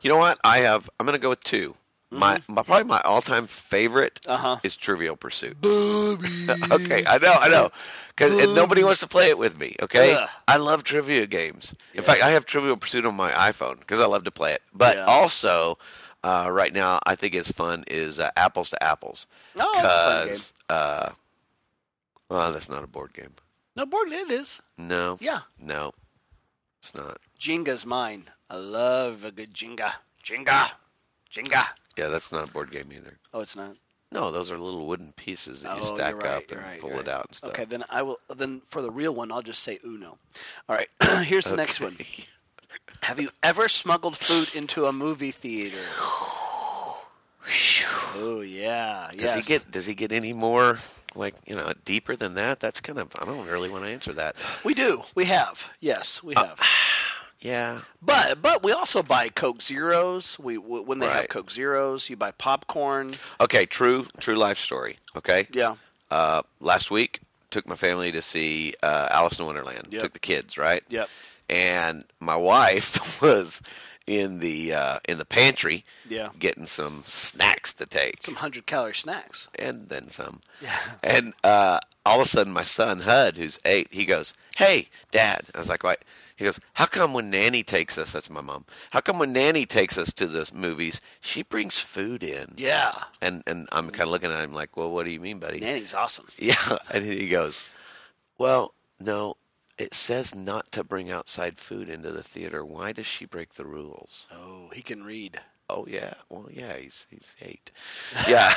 D: You know what? I have. I'm gonna go with 2 My,
A: Mm-hmm.
D: my probably my all time favorite
A: Uh-huh.
D: is Trivial Pursuit. okay, I know, I know, because nobody wants to play it with me. Okay,
A: Ugh.
D: I love trivia games. In fact, I have Trivial Pursuit on my iPhone because I love to play it. But
A: Yeah.
D: also, uh, right now, I think it's fun is uh, Apples to Apples.
A: No, it's Oh, a fun game.
D: 'cause, Uh, well, that's not a board game.
A: No board it is.
D: No.
A: Yeah.
D: No, it's not.
A: Jenga's mine. I love a good Jenga. Jenga. Jenga.
D: Yeah, that's not a board game either.
A: Oh, it's not.
D: No, those are little wooden pieces that you
A: Oh,
D: stack
A: you're right,
D: up
A: you're
D: and
A: right,
D: pull
A: you're
D: it
A: right.
D: out and stuff.
A: Okay, then I will. Then for the real one, I'll just say Uno. All right, here's the next one. Have you ever smuggled food into a movie theater? oh yeah.
D: Does
A: yes.
D: he get does he get any more like, you know, deeper than that? That's kind of I don't really want to answer that.
A: We do. We have. Yes, we
D: Uh,
A: have.
D: Yeah.
A: but but we also buy Coke Zeros. We w- when they have
D: Right.
A: Coke Zeros, you buy popcorn.
D: Okay, true true life story. Okay?
A: Yeah.
D: Uh last week took my family to see uh Alice in Wonderland.
A: Yep.
D: Took the kids, right?
A: Yep.
D: And my wife was in the uh in the pantry
A: Yeah.
D: getting some snacks to take.
A: Some hundred calorie snacks.
D: and then some.
A: Yeah.
D: And uh, all of a sudden, my son Hud, who's eight, he goes, "Hey, Dad." I was like, "What?" He goes, "How come when Nanny takes us? That's my mom. How come when Nanny takes us to the movies, she brings food in?"
A: Yeah.
D: And and I'm kind of looking at him like, "Well, what do you mean, buddy?"
A: Nanny's awesome.
D: Yeah. And he goes, "Well, no." It says not to bring outside food into the theater. Why does she break the rules?
A: Oh, he can read.
D: Oh yeah. Well yeah, he's he's eight. Yeah.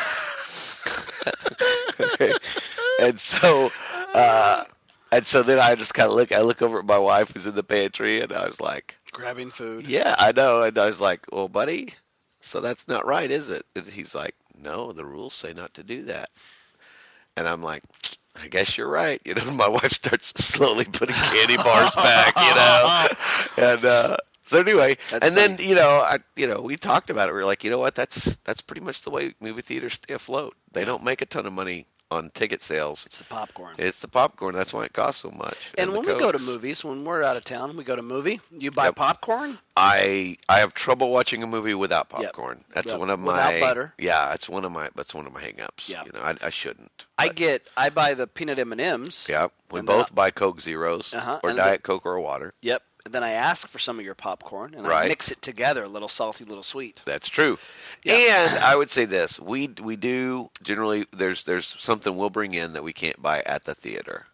D: and so uh and so then I just kinda look I look over at my wife who's in the pantry and I was like,
A: Grabbing food.
D: Yeah, I know and I was like, Well buddy, so that's not right, is it? And he's like, No, the rules say not to do that. And I'm like I guess you're right. You know, my wife starts slowly putting candy bars back. You know, and uh, so anyway,
A: That's
D: and then you know, I you know, we talked about it. We were like, you know what? That's that's pretty much the way movie theaters stay afloat. They don't make a ton of money on ticket sales.
A: It's the popcorn.
D: It's the popcorn. That's why it costs so much.
A: and
D: the
A: when we go to
D: Cokes.
A: movies, when we're out of town, we go to movie. You buy
D: Yep.
A: popcorn.
D: I I have trouble watching a movie without popcorn. That's
A: Yep.
D: one of my
A: Without butter.
D: Yeah, it's one of my that's one of my hangups.
A: Yeah.
D: you know, I, I shouldn't.
A: I
D: but-
A: get. I buy the peanut M and M's.
D: Yeah, we
A: and
D: both
A: then
D: buy Coke Zeros
A: Uh-huh,
D: or
A: and the-
D: Diet Coke or water.
A: Yep. And then I ask for some of your popcorn, and I
D: Right.
A: mix it together, a little salty, a little sweet.
D: That's true. And I would say this: we we do generally there's there's something we'll bring in that we can't buy at the theater,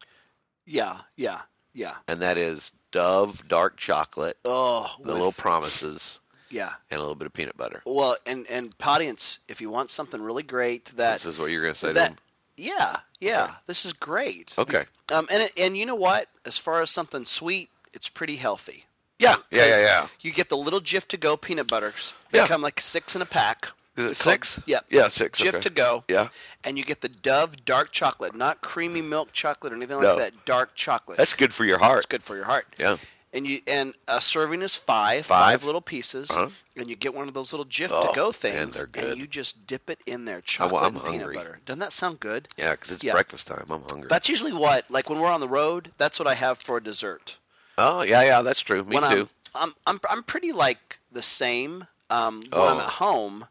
A: Yeah, yeah, yeah.
D: and that is Dove dark chocolate,
A: Oh,
D: the
A: with- Oh.
D: little promises,
A: yeah.
D: and a little bit of peanut butter.
A: Well, and and audience, if you want something really great, that
D: this is what you're gonna say
A: that,
D: to them.
A: yeah, yeah, this is great.
D: Okay.
A: Um, and it, and you know what? As far as something sweet, it's pretty healthy.
D: Yeah, yeah, yeah,
A: 'Cause
D: yeah.
A: You get the little Jif to go peanut butters. They
D: Yeah.
A: come like six in a pack.
D: Is it
A: It's called-
D: six?
A: Yep.
D: Yeah, six,
A: Jif
D: okay.
A: to go.
D: Yeah.
A: And you get the Dove dark chocolate, not creamy milk chocolate or anything like
D: No.
A: that. Dark chocolate.
D: That's good for your heart.
A: It's good for your heart.
D: Yeah.
A: And you and a serving is five,
D: Five.
A: little pieces,
D: Uh-huh.
A: and you get one of those little Jif
D: Oh,
A: to go
D: man,
A: things,
D: they're good.
A: you just dip it in there,
D: I- well,
A: chocolate
D: I'm
A: and peanut
D: hungry.
A: butter. Doesn't that sound good?
D: Yeah, because it's
A: Yeah.
D: breakfast time. I'm hungry.
A: That's usually what, like when we're on the road, that's what I have for dessert.
D: oh yeah, yeah, that's true. Me
A: when
D: too.
A: I'm, I'm, I'm, I'm pretty like the same. Um, when I'm
D: Oh.
A: at home,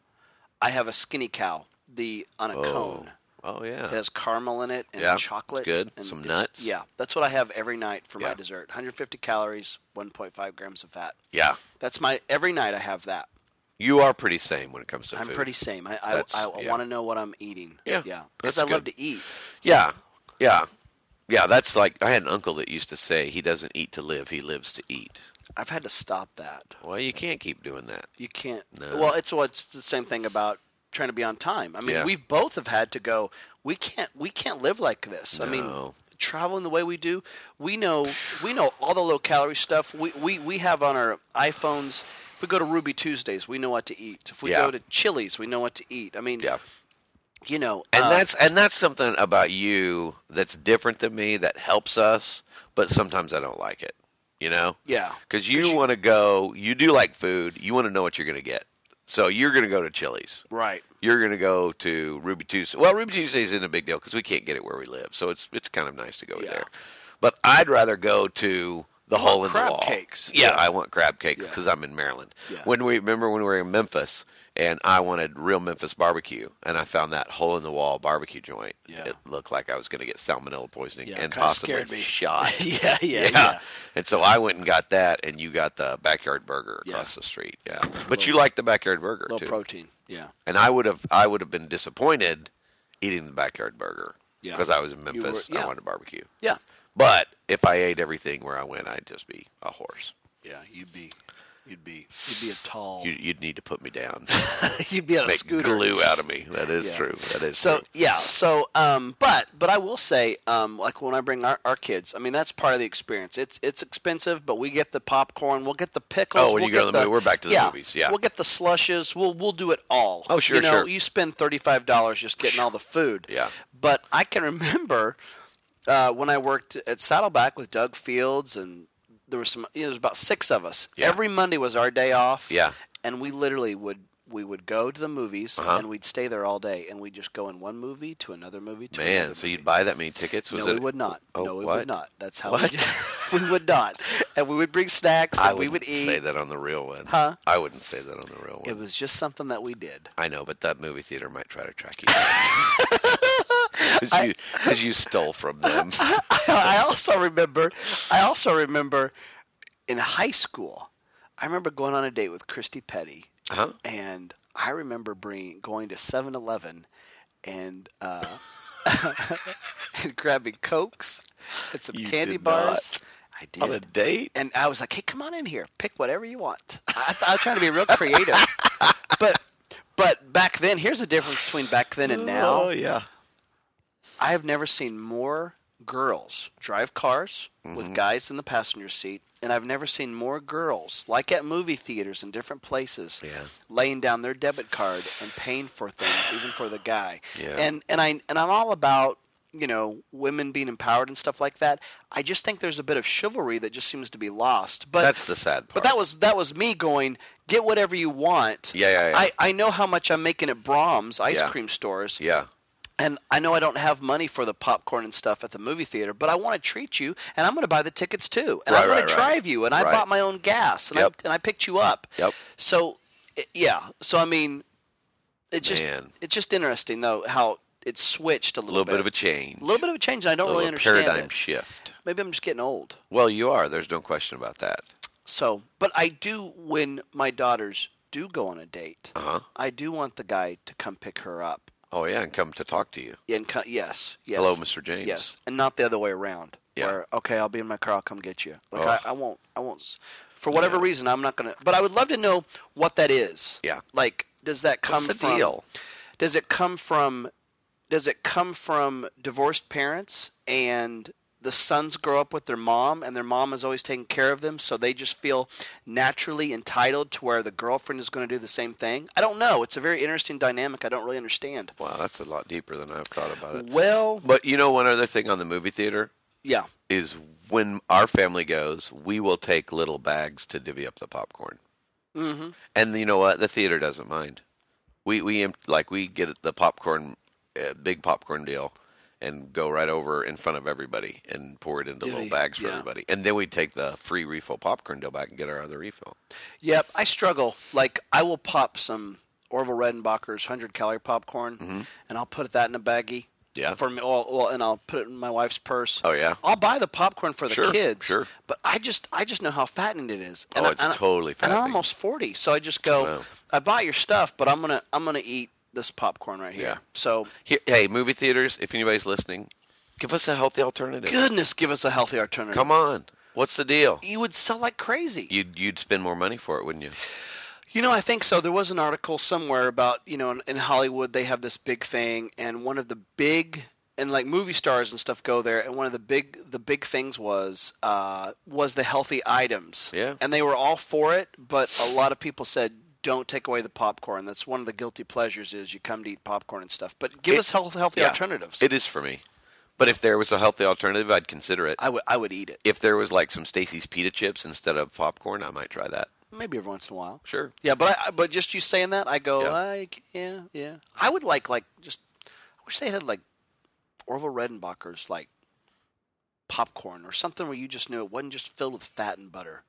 A: I have a skinny cow. the on a cone.
D: Oh yeah.
A: It has caramel in it and
D: Yeah, it's
A: chocolate.
D: good.
A: And
D: Some
A: it's-
D: nuts.
A: Yeah, that's what I have every night for my
D: Yeah.
A: dessert. 150 calories, 1.5 grams of fat.
D: yeah.
A: That's my every night. I have that.
D: You are pretty sane when it comes to
A: I'm
D: food.
A: pretty same. I I,
D: That's-
A: I
D: yeah.
A: want to know what I'm eating.
D: Yeah,
A: yeah, because
D: that's
A: I love
D: good.
A: to eat.
D: Yeah. Yeah. Yeah, that's like I had an uncle that used to say he doesn't eat to live, he lives to eat.
A: I've had to stop that.
D: Well, you can't keep doing that.
A: You can't.
D: No.
A: Well, it's what's the same thing about trying to be on time. I mean,
D: Yeah.
A: we both have had to go. We can't. We can't live like this. I mean,
D: No.
A: traveling the way we do, we know. We know all the low calorie stuff. We we we have on our iPhones. If we go to Ruby Tuesdays, we know what to eat. If we
D: Yeah.
A: go to Chili's, we know what to eat. I mean,
D: Yeah.
A: you know,
D: And
A: uh,
D: that's and that's something about you that's different than me that helps us, but sometimes I don't like it. You know?
A: yeah.
D: Cuz you, want to go, you do like food, you want to know what you're going to get. So you're going to go to Chili's.
A: Right.
D: You're going to go to Ruby Tuesday. Well, Ruby Tuesday isn't a big deal because we can't get it where we live, so it's it's kind of nice to go
A: Yeah.
D: there. But I'd rather go to the hole in
A: crab
D: the wall.
A: cakes.
D: Yeah,
A: Yeah.
D: I want crab cakes
A: Yeah.
D: because I'm in Maryland.
A: Yeah.
D: When we remember when we were in Memphis and I wanted real Memphis barbecue, and I found that hole in the wall barbecue joint.
A: Yeah.
D: It looked like I was going to get salmonella poisoning
A: Yeah,
D: and
A: kinda
D: possibly
A: scared me.
D: shot.
A: Yeah, yeah,
D: yeah,
A: yeah.
D: And so I went and got that, and you got the backyard burger
A: Yeah.
D: across the street. Yeah, but you like the backyard burger
A: Low
D: too
A: protein. Yeah.
D: and I would have I would have been disappointed eating the backyard burger
A: Yeah.
D: because I was in
A: You were-
D: Memphis.
A: yeah.
D: I wanted barbecue.
A: Yeah.
D: But if I ate everything where I went, I'd just be a horse.
A: Yeah. You'd be. You'd be. You'd be a tall.
D: You, you'd need to put me down,
A: you'd be on a
D: make
A: scooter.
D: glue out of me. That is
A: Yeah.
D: true. That is
A: So
D: true.
A: yeah, so um, but but I will say, um, like when I bring our, our kids, I mean that's part of the experience. It's it's expensive, but we get the popcorn, we'll get the pickles.
D: Oh, when
A: we'll
D: you go
A: get
D: to the movie, we're back to the movies, yeah.
A: we'll get the slushes. We'll we'll do it all.
D: Oh, sure,
A: You know,
D: sure.
A: you spend thirty five dollars just getting all the food.
D: Yeah.
A: But I can remember uh, when I worked at Saddleback with Doug Fields, and there was some. You know, there was about six of us.
D: Yeah.
A: Every Monday was our day off
D: Yeah.
A: and we literally would we would go to the movies
D: Uh-huh.
A: and we'd stay there all day and we'd just go in one movie to another movie to
D: Man,
A: another
D: so
A: movie.
D: you'd buy that many tickets? Was
A: no,
D: it?
A: we would not.
D: Oh,
A: no, we
D: what?
A: would not. That's how
D: What?
A: we did. we would not. And we would bring snacks. And
D: I
A: we would
D: wouldn't
A: eat.
D: say that on the real one.
A: Huh?
D: I wouldn't say that on the real one.
A: It was just something that we did.
D: I know, but that movie theater might try to track you because you, 'cause you stole from them.
A: I also remember. I also remember in high school. I remember going on a date with Christy Petty,
D: Huh?
A: and I remember bringing going to 7-Eleven and uh, and grabbing cokes and some
D: You
A: candy
D: did
A: bars. I did.
D: On a date?
A: and I was like, "Hey, come on in here. Pick whatever you want." I, I, th- I was trying to be real creative, but but back then, here's the difference between back then and now.
D: Oh yeah.
A: I have never seen more girls drive cars with
D: Mm-hmm.
A: guys in the passenger seat, and I've never seen more girls, like at movie theaters and different places,
D: Yeah.
A: laying down their debit card and paying for things, even for the guy.
D: Yeah.
A: And and I and I'm all about you know women being empowered and stuff like that. I just think there's a bit of chivalry that just seems to be lost. But
D: That's the sad part.
A: But that was that was me going get whatever you want.
D: Yeah, yeah, yeah.
A: I, I know how much I'm making at Brahms ice
D: Yeah.
A: cream stores.
D: Yeah.
A: And I know I don't have money for the popcorn and stuff at the movie theater, but I want to treat you, and I'm going to buy the tickets too, and I'm
D: Right,
A: going
D: right,
A: to
D: right.
A: drive you, and I
D: Right.
A: bought my own gas, and,
D: Yep.
A: I, and I picked you up.
D: Yep.
A: So, i- yeah. So I mean, it's just
D: Man.
A: it's just interesting though how it switched a
D: A
A: little,
D: little bit of a change.
A: a little bit of a change. And I don't
D: A
A: really
D: little
A: understand
D: paradigm
A: it.
D: shift.
A: Maybe I'm just getting old.
D: Well, you are. There's no question about that.
A: So, but I do when my daughters do go on a date,
D: Uh-huh.
A: I do want the guy to come pick her up.
D: Oh yeah, and come to talk to you.
A: And co- yes, yes.
D: Hello, Mr. James.
A: Yes, and not the other way around.
D: Yeah.
A: Where okay, I'll be in my car. I'll come get you. Like
D: Ugh.
A: I, I won't. I won't. s- For whatever reason, I'm not gonna. But I would love to know what that is.
D: Yeah.
A: Like, does that come
D: the
A: from?
D: deal?
A: Does it come from? Does it come from divorced parents and the sons grow up with their mom and their mom is always taking care of them, so they just feel naturally entitled to where the girlfriend is going to do the same thing? I don't know. It's a very interesting dynamic. I don't really understand.
D: Wow, that's a lot deeper than I've thought about it.
A: Well,
D: Mm. But you know, one other thing on the movie theater
A: yeah.
D: is when our family goes, we will take little bags to divvy up the popcorn. Mm-hmm. And you know what? The theater doesn't mind. We we em- like we get the popcorn, uh, big popcorn deal, and go right over in front of everybody and pour it into
A: Divvy,
D: little bags for
A: yeah.
D: everybody. And then we take the free refill popcorn deal back and get our other refill.
A: Yep, I struggle. Like I will pop some Orville Redenbacher's 100 calorie popcorn, and I'll put that in a baggie.
D: Mm-hmm. Yeah.
A: For me, well, well, and I'll put it in my wife's purse.
D: Oh, yeah.
A: I'll buy the popcorn for the
D: Sure,
A: kids.
D: sure.
A: But I just, I just know how fattening it is.
D: Oh, it's totally
A: And I'm
D: fattening.
A: almost 40, so I just go,
D: Wow.
A: I buy your stuff, but I'm gonna, I'm gonna eat this popcorn right here.
D: Yeah.
A: So
D: Here, hey, movie theaters, if anybody's listening, give us a healthy alternative.
A: goodness, give us a healthy alternative.
D: Come on. What's the deal?
A: You would sell like crazy.
D: You'd, you'd spend more money for it, wouldn't you?
A: You know, I think so. There was an article somewhere about you know in, in Hollywood they have this big thing, and one of the big and like movie stars and stuff go there, and one of the big the big things was uh, was the healthy items.
D: Yeah.
A: and they were all for it, but a lot of people said. Don't take away the popcorn. That's one of the guilty pleasures is you come to eat popcorn and stuff. But give
D: It-
A: us health, healthy
D: Yeah.
A: alternatives.
D: It is for me. But if there was a healthy alternative, I'd consider it.
A: I would I would eat it
D: if there was like some Stacy's pita chips instead of popcorn, I might try that.
A: maybe every once in a while.
D: Sure.
A: Yeah, but I, but just you saying that, I go
D: Yeah.
A: like, yeah, yeah. I would like like just. I wish they had like Orville Redenbacher's like popcorn or something where you just knew it wasn't just filled with fat and butter.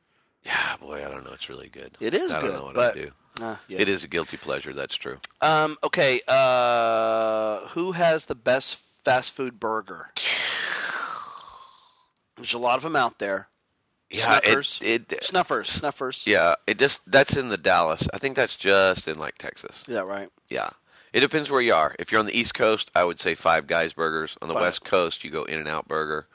D: Yeah, boy, I don't know. It's really good.
A: It is
D: I
A: good,
D: don't know what
A: but
D: I do.
A: uh, yeah.
D: It is a guilty pleasure. That's true.
A: Um, okay, uh, who has the best fast food burger? There's a lot of them out there.
D: Yeah,
A: Snuffers.
D: it, it
A: Snuffers, snuffers.
D: yeah, it just that's in the Dallas. I think that's just in like Texas.
A: yeah, right.
D: Yeah, it depends where you are. If you're on the East Coast, I would say Five Guys burgers. On the
A: Five.
D: West Coast, you go In and Out Burger.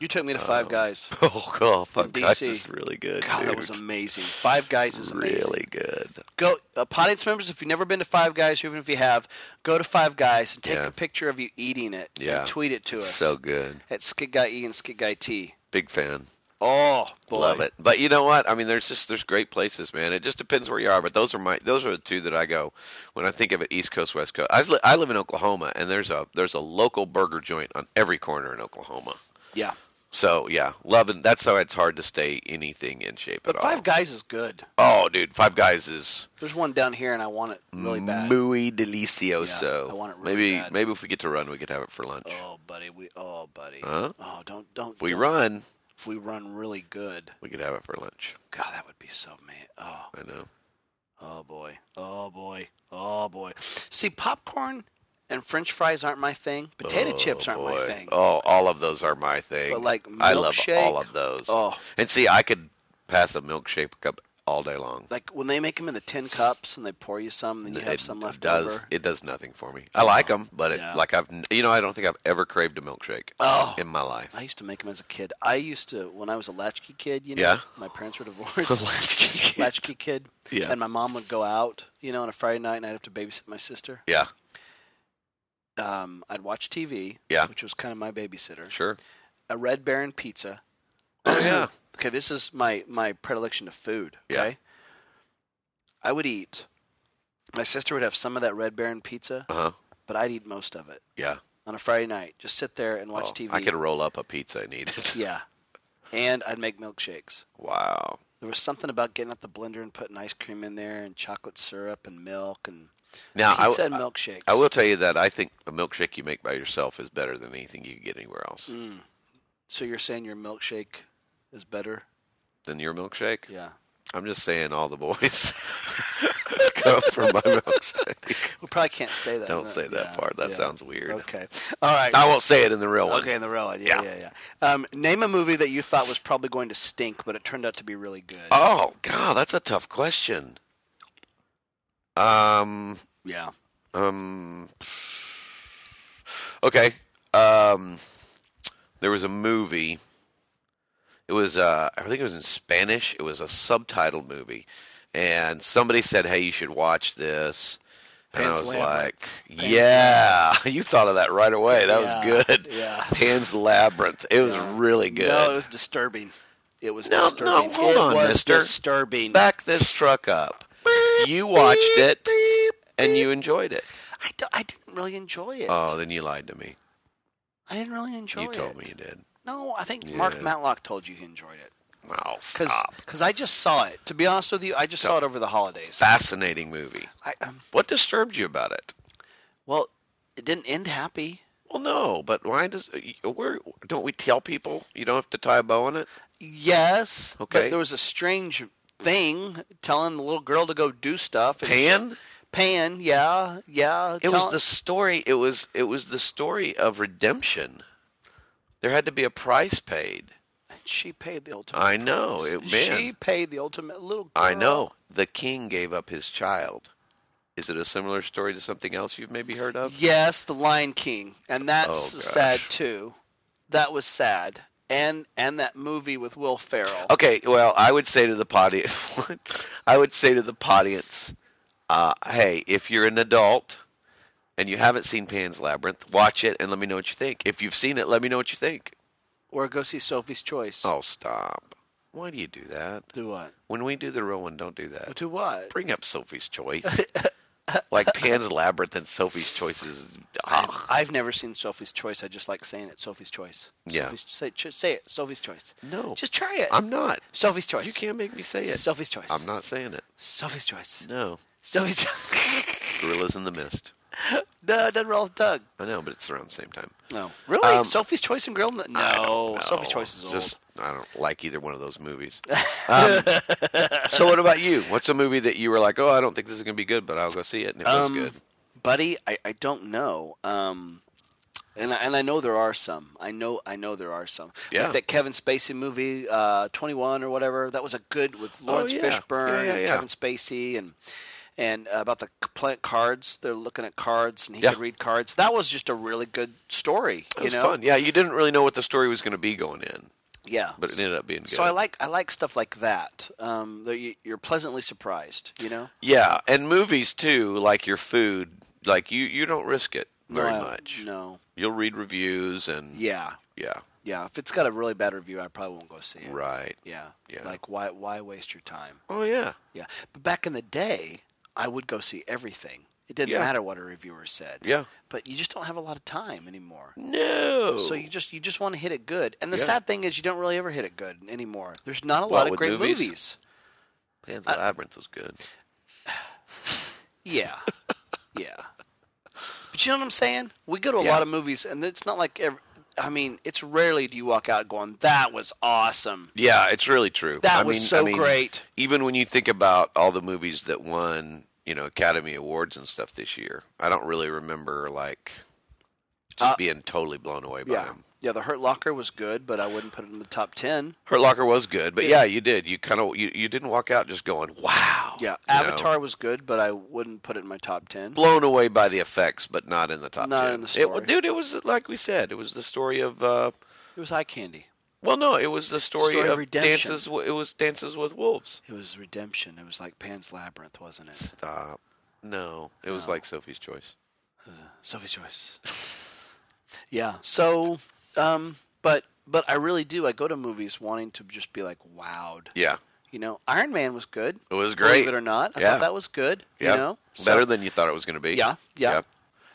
A: You took me to Five Guys.
D: Oh God, Five
A: From
D: Guys
A: DC.
D: is really good.
A: God, that
D: dude.
A: was amazing. Five Guys is amazing.
D: really good.
A: go uh, audience members if you've never been to five guys or even if you have go to five guys and take
D: Yeah.
A: a picture of you eating it and
D: Yeah.
A: tweet it to us
D: So good.
A: at skid guy e and skid guy t
D: Big fan.
A: oh boy.
D: Love it. But you know what? I mean, there's just there's great places, man. It just depends where you are. But those are my those are the two that I go when I think of it: East Coast, West Coast. I, was li- I live in Oklahoma, and there's a there's a local burger joint on every corner in Oklahoma.
A: yeah
D: So yeah, loving that's how it's hard to stay anything in shape
A: but
D: at all.
A: five guys is good
D: Oh, dude, Five Guys is
A: there's one down here and i want it really bad
D: muy delicioso.
A: Yeah, I want it really
D: maybe
A: bad.
D: maybe if we get to run, we could have it for lunch.
A: oh buddy we oh buddy
D: Huh?
A: oh don't don't
D: If we
A: don't-
D: run,
A: if we run really good
D: we could have it for lunch.
A: god that would be so man oh
D: I know.
A: Oh boy. Oh boy. Oh boy. See, popcorn and French fries aren't my thing. Potato
D: Oh,
A: chips aren't my
D: boy.
A: thing.
D: Oh, all of those are my thing.
A: But, like,
D: I love
A: milkshake?
D: all of those.
A: Oh.
D: And see, I could pass a milkshake cup all day long.
A: Like when they make them in the tin cups and they pour you some, then you have
D: it
A: some left
D: does
A: over.
D: it does nothing for me. I like them, but it,
A: Yeah.
D: like I've n- you know I don't think I've ever craved a milkshake
A: Oh.
D: in my life.
A: I used to make them as a kid. I used to when I was a latchkey kid. You know,
D: Yeah.
A: my parents were divorced.
D: Latchkey kid.
A: latchkey kid.
D: Yeah.
A: And my mom would go out, you know, on a Friday night, and I'd have to babysit my sister.
D: Yeah,
A: Um, I'd watch TV.
D: Yeah.
A: Which was kind of my babysitter.
D: sure.
A: A Red Baron pizza.
D: Oh, yeah.
A: okay, this is my my predilection of food. Okay,
D: Yeah.
A: I would eat. My sister would have some of that Red Baron pizza,
D: Uh huh.
A: but I'd eat most of it
D: Yeah.
A: on a Friday night. Just sit there and watch
D: Oh,
A: TV.
D: I could roll up a pizza and eat it.
A: yeah, and I'd make milkshakes.
D: Wow.
A: There was something about getting out the blender and putting ice cream in there and chocolate syrup and milk and
D: Now I,
A: pizza
D: w-
A: and milkshakes.
D: I will tell you that I think a milkshake you make by yourself is better than anything you can get anywhere else.
A: Mm. So you're saying your milkshake is better?
D: Than your milkshake.
A: Yeah.
D: I'm just saying all the boys come from my milkshake.
A: We probably can't say that.
D: Don't
A: no.
D: say that
A: Yeah,
D: part. That
A: yeah.
D: sounds weird.
A: Okay. All right.
D: I won't say it in the real one.
A: Okay, in the real one. Yeah, yeah,
D: Yeah.
A: yeah. Um, name a movie that you thought was probably going to stink, but it turned out to be really good.
D: Oh God, that's a tough question. Um.
A: yeah.
D: Um. Okay. Um. There was a movie. It was. Uh, I think it was in Spanish. It was a subtitled movie, and somebody said, "Hey, you should watch this." And
A: Pan's
D: I was
A: Labyrinth.
D: like, "Yeah, you thought of that right away. That
A: Yeah,
D: was good."
A: yeah.
D: Pan's Labyrinth. It was really good.
A: No, it was disturbing. It was
D: No,
A: disturbing.
D: no, hold
A: it
D: on,
A: was
D: mister.
A: disturbing.
D: Back this truck up. You watched it and you enjoyed it.
A: I, do- I didn't really enjoy it.
D: Oh, then you lied to me.
A: I didn't really enjoy
D: You
A: it.
D: told me you did.
A: No, I think Mark
D: Yeah.
A: Matlock told you he enjoyed it.
D: Oh,
A: Because
D: stop.
A: I just saw it. To be honest with you, I just saw it over the holidays.
D: Fascinating movie.
A: I, um,
D: What disturbed you about it?
A: well, it didn't end happy.
D: Well, no, but why does where don't we tell people you don't have to tie a bow on it?
A: Yes. But
D: Okay.
A: there was a strange thing telling the little girl to go do stuff. and
D: Pan?
A: she- Pan, yeah, yeah.
D: It was
A: Tell-
D: the story. It was it was the story of redemption. There had to be a price paid.
A: she paid the ultimate.
D: I know
A: price.
D: Uh, it. Man,
A: She paid the ultimate little. Girl.
D: I know the king gave up his child. Is it a similar story to something else you've maybe heard of?
A: Yes, The Lion King, and that's
D: Oh, gosh.
A: sad too. That was sad, and and that movie with Will Ferrell.
D: Okay, well, I would say to the audience, I would say to the audience, uh, hey, if you're an adult and you haven't seen Pan's Labyrinth, watch it and let me know what you think. If you've seen it, let me know what you think.
A: Or go see Sophie's Choice.
D: Oh, stop! Why do you do that?
A: Do what?
D: When we do the real one, don't do that.
A: Do what?
D: Bring up Sophie's Choice, like Pan's Labyrinth and Sophie's Choice is.
A: I've,
D: Ah.
A: I've never seen Sophie's Choice. I just like saying it. Sophie's Choice.
D: Yeah.
A: Sophie's, say, ch- say it. Sophie's Choice.
D: No.
A: Just try it.
D: I'm not.
A: Sophie's Choice.
D: You can't make me say it.
A: Sophie's Choice.
D: I'm not saying it.
A: Sophie's Choice.
D: No.
A: Sophie's Choice.
D: Gorillas in the Mist.
A: no, it doesn't roll with Doug.
D: I know, but it's around the same time.
A: No. Really?
D: Um,
A: Sophie's Choice and Grill? No.
D: I don't
A: no.
D: know.
A: Sophie's Choice is old.
D: Just, I don't like either one of those movies. Um, so, what about you? What's a movie that you were like, oh, I don't think this is going to be good, but I'll go see it, and it was
A: Um,
D: good?
A: Buddy, I, I don't know. Um, and I, and I know there are some. I know I know there are some.
D: Yeah.
A: Like that Kevin Spacey movie, uh, Twenty One or whatever. That was a good with Lawrence
D: Oh, yeah.
A: Fishburne
D: Yeah, yeah,
A: and
D: yeah.
A: Kevin Spacey and and uh, about the c- plant cards. They're looking at cards and he
D: Yeah.
A: could read cards. That was just a really good story.
D: It
A: you
D: was
A: know.
D: fun. Yeah, you didn't really know what the story was going to be going in,
A: Yeah.
D: but it ended up being good.
A: So I like I like stuff like that. Um, that you, you're pleasantly surprised. You know.
D: Yeah, and movies too, like your food, like you, you don't risk it very
A: No, I-
D: much.
A: No.
D: You'll read reviews and
A: Yeah.
D: yeah,
A: Yeah. If it's got a really bad review, I probably won't go see it.
D: right.
A: Yeah.
D: Yeah.
A: Like why why waste your time?
D: Oh yeah,
A: Yeah. But back in the day, I would go see everything. It didn't
D: Yeah.
A: matter what a reviewer said.
D: yeah.
A: But you just don't have a lot of time anymore.
D: No.
A: So you just you just want to hit it good. And the
D: Yeah.
A: sad thing is you don't really ever hit it good anymore. There's not a
D: What,
A: lot of
D: with
A: great
D: movies?
A: movies.
D: Pan's Labyrinth was good.
A: Yeah. yeah. But you know what I'm saying? We go to a
D: Yeah.
A: lot of movies and it's not like every, I mean, it's rarely do you walk out going, "That was awesome."
D: Yeah, it's really true.
A: That
D: I
A: was
D: mean,
A: so
D: I mean,
A: great.
D: Even when you think about all the movies that won, you know, Academy Awards and stuff this year, I don't really remember like just
A: Uh,
D: being totally blown away by
A: Yeah.
D: them.
A: Yeah, The Hurt Locker was good, but I wouldn't put it in the top 10.
D: Hurt Locker was good, but
A: Yeah.
D: yeah, you did. You kind of you, you didn't walk out just going, "Wow."
A: Yeah,
D: you know?
A: Avatar was good, but I wouldn't put it in my top 10.
D: blown away by the effects, but not in the top.
A: Not
D: 10.
A: in the
D: It wa-
A: story.
D: dude, it was like we said, it was the story of. Uh,
A: It was eye candy.
D: well, no, it was the story,
A: Story of
D: of
A: redemption.
D: dances. w- It was dances with wolves.
A: It was redemption. It was like Pan's Labyrinth, wasn't it?
D: Stop. No, it was like Sophie's Choice.
A: Sophie's Choice. yeah. So, um, but but I really do. I go to movies wanting to just be like wowed.
D: Yeah,
A: You know, Iron Man was good.
D: It was
A: Believe
D: great.
A: it or not, I
D: Yeah.
A: thought that was good.
D: yeah.
A: You know, So-
D: Better than you thought it was going to be.
A: yeah, yeah,
D: Yep.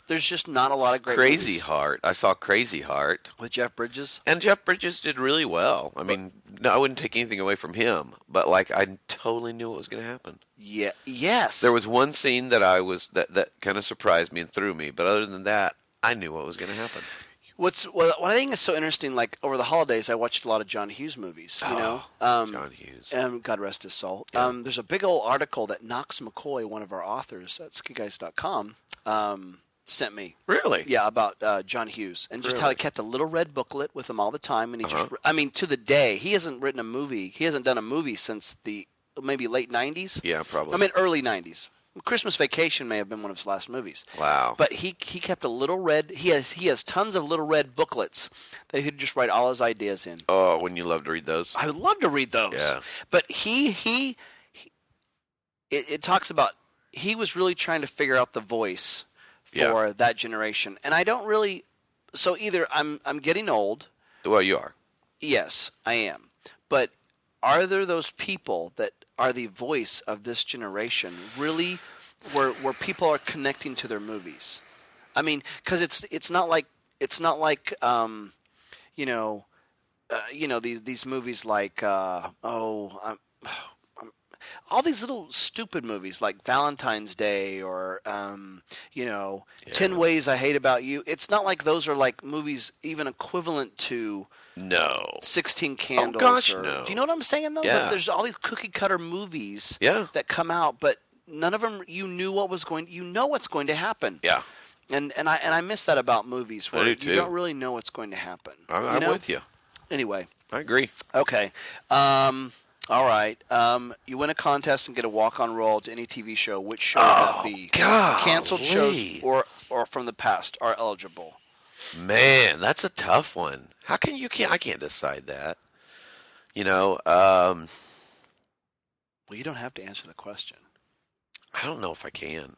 A: There's just not a lot of great
D: Crazy
A: movies.
D: Heart. I saw Crazy Heart,
A: with Jeff Bridges.
D: and Jeff Bridges did really well. I mean, no, I wouldn't take anything away from him, but like I totally knew what was going to happen.
A: Yeah. Yes.
D: There was one scene that I was that that kind of surprised me and threw me, but other than that, I knew what was going to happen.
A: What's what, what I think is so interesting, like over the holidays, I watched a lot of John Hughes movies. You know, um,
D: John Hughes.
A: Um, God rest his soul. Um, there's a big old article that Knox McCoy, one of our authors at skiguys.com, um, sent me.
D: Really?
A: Yeah, about uh, John Hughes and just how
D: Really? Uh-huh.
A: he kept a little red booklet with him all the time, and he just, I mean, to the day, he hasn't written a movie. He hasn't done a movie since the maybe late '90s.
D: Yeah, probably.
A: I mean, early '90s. Christmas Vacation may have been one of his last movies.
D: Wow.
A: But he he kept a little red. He has he has tons of little red booklets that he'd just write all his ideas in.
D: oh, when you love to read those.
A: I would love to read those.
D: Yeah.
A: But he he, he- it, it talks about he was really trying to figure out the voice
D: Yeah.
A: for that generation, and I don't really. So either I'm I'm getting old.
D: well, you are.
A: Yes, I am. But are there those people that are the voice of this generation really where where people are connecting to their movies? I mean, cuz it's it's not like it's not like um you know uh, you know these these movies like uh oh I'm, I'm- all these little stupid movies like Valentine's Day or um, you know Ten Ways I Hate About You. It's not like those are like movies even equivalent to
D: No.
A: 16 candles.
D: Oh, gosh,
A: or-
D: no.
A: Do you know what I'm saying though?
D: Yeah.
A: There's all these cookie cutter movies
D: Yeah.
A: that come out, but none of them you knew what was going you know what's going to happen.
D: Yeah.
A: And and I and I miss that about movies where
D: do
A: you
D: too.
A: don't really know what's going to happen.
D: I'm,
A: you
D: I'm
A: know?
D: with you.
A: Anyway,
D: I agree.
A: okay. Um all right. Um, you win a contest and get a walk-on role to any TV show. Which show
D: Oh,
A: would that be? Canceled shows
D: golly.
A: or or from the past are eligible.
D: Man, that's a tough one. How can you can't I can't decide that. You know, um,
A: Well, you don't have to answer the question.
D: I don't know if I can.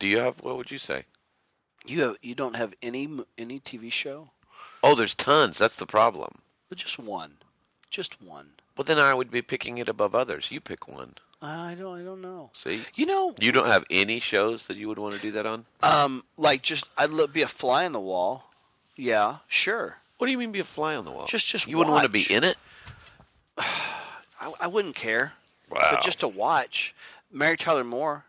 D: Do you have what would you say?
A: You have, you don't have any m- any TV show,
D: Oh, there's tons. That's the problem.
A: but just one, just one.
D: Well, then I would be picking it above others. You pick one.
A: I don't I don't know.
D: See?
A: You know,
D: You don't have any shows that you would want to do that on?
A: um, like just I'd lo- be a fly on the wall. Yeah, sure.
D: What do you mean be a fly on the wall?
A: Just- just
D: You wouldn't want to
A: watch.
D: be in it?
A: I, I wouldn't care.
D: Wow.
A: But just to watch Mary Tyler Moore,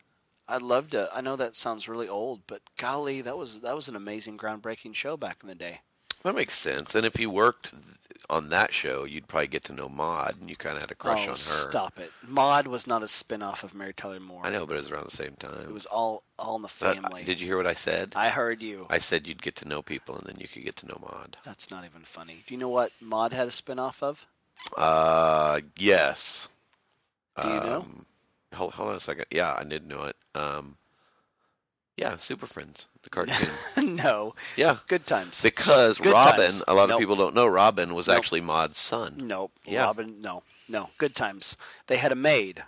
A: I'd love to. I know that sounds really old, but golly, that was that was an amazing, groundbreaking show back in the day.
D: That makes sense. And if you worked th- on that show, you'd probably get to know Maud and you kind of had a crush on
A: oh,
D: her.
A: stop it! Maud was not a spin-off of Mary Tyler Moore.
D: I know, but it was around the same time.
A: It was all all in the
D: That-
A: family.
D: did you hear what I said?
A: I heard you.
D: I said you'd get to know people and then you could get to know Maud.
A: That's not even funny. Do you know what Maud had a spin-off of?
D: Uh, yes.
A: Do you know?
D: Um, Hold, hold on a second. Yeah, I did know it. Um, yeah, Super Friends, the cartoon.
A: no.
D: yeah,
A: Good times.
D: because
A: Good
D: Robin.
A: times.
D: A lot
A: Nope.
D: of people don't know Robin was
A: Nope. Mm.
D: actually Maud's son.
A: Nope.
D: Yeah.
A: Robin, no. No. Good times. They had a maid,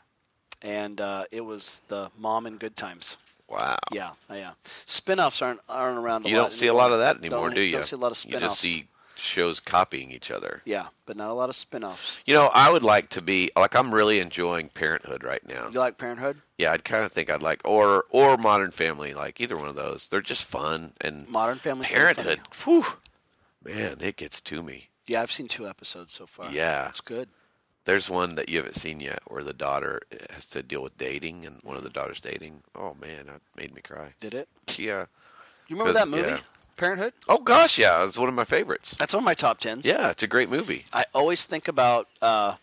A: and uh, it was the mom in Good Times.
D: Wow.
A: Yeah, yeah. Spin-offs aren't, aren't around a
D: You
A: lot
D: don't see a lot of that anymore,
A: Don't-
D: do you?
A: don't see a lot of
D: You
A: spin-offs.
D: just see shows copying each other.
A: Yeah, but not a lot of spin-offs.
D: You know, I would like to be like I'm really enjoying Parenthood right now.
A: You like Parenthood?
D: Yeah, I'd kind of think I'd like or or Modern Family, like either one of those. They're just fun and
A: Modern Family's really funny.
D: Parenthood. Whew, man, it gets to me.
A: Yeah, I've seen two episodes so far.
D: Yeah.
A: It's good.
D: There's one that you haven't seen yet where the daughter has to deal with dating and one of the daughters dating. Oh man, that made me cry.
A: Did it?
D: Yeah.
A: You remember that
D: 'Cause-
A: movie,
D: yeah.
A: Parenthood?
D: Oh gosh, yeah, it's one of my favorites.
A: That's on my top tens.
D: Yeah, it's a great movie.
A: I always think about uh,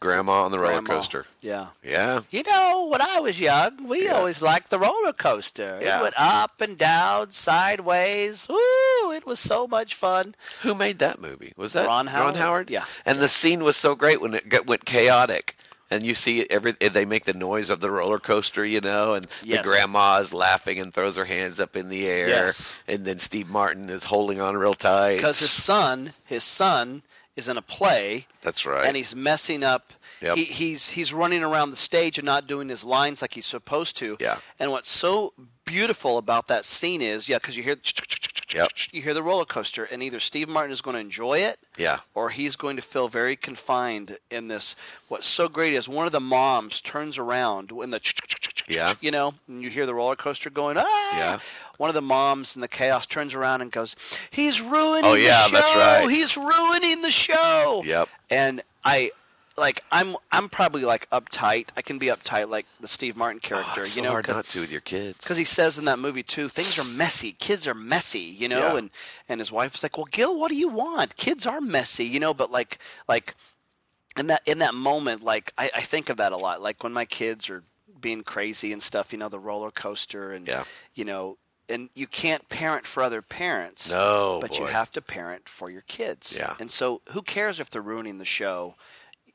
D: Grandma on the roller
A: Grandma.
D: coaster.
A: Yeah.
D: Yeah.
A: You know, when I was young, we
D: Yeah.
A: always liked the roller coaster.
D: Yeah.
A: It went up and down, sideways. Woo! It was so much fun.
D: Who made that movie? Was that
A: Ron Howard? Yeah.
D: Yeah. And the scene was so great when it got, went chaotic. And you see every they make the noise of the roller coaster, you know, and
A: Yes.
D: the grandma is laughing and throws her hands up in the air,
A: Yes.
D: and then Steve Martin is holding on real tight.
A: Because his son, his son is in a play,
D: that's right.
A: and he's messing up.
D: Yep.
A: He, he's he's running around the stage and not doing his lines like he's supposed to.
D: Yeah.
A: And what's so beautiful about that scene is, yeah, because you hear
D: Yep.
A: you hear the roller coaster, and either Steve Martin is going to enjoy it,
D: Yeah.
A: or he's going to feel very confined in this. What's so great is one of the moms turns around when the
D: Yeah.
A: you know, and you hear the roller coaster going ah.
D: Yeah.
A: One of the moms in the chaos turns around and goes, "He's ruining
D: Oh,
A: the
D: yeah,
A: show.
D: that's right.
A: He's ruining the show."
D: Yep.
A: And I like I'm I'm probably like uptight. I can be uptight like the Steve Martin character,
D: Oh, it's
A: you
D: so
A: know,
D: hard
A: cause,
D: not to with your kids.
A: 'cause he says in that movie too, things are messy. Kids are messy, you know,
D: Yeah.
A: and and his wife's like, "Well, Gil, what do you want? Kids are messy, you know, but like like in that in that moment, like I, I think of that a lot. Like when my kids are being crazy and stuff, you know, the roller coaster and
D: Yeah.
A: you know, and you can't parent for other parents.
D: No,
A: but you
D: boy.
A: have to parent for your kids.
D: Yeah.
A: and so who cares if they're ruining the show?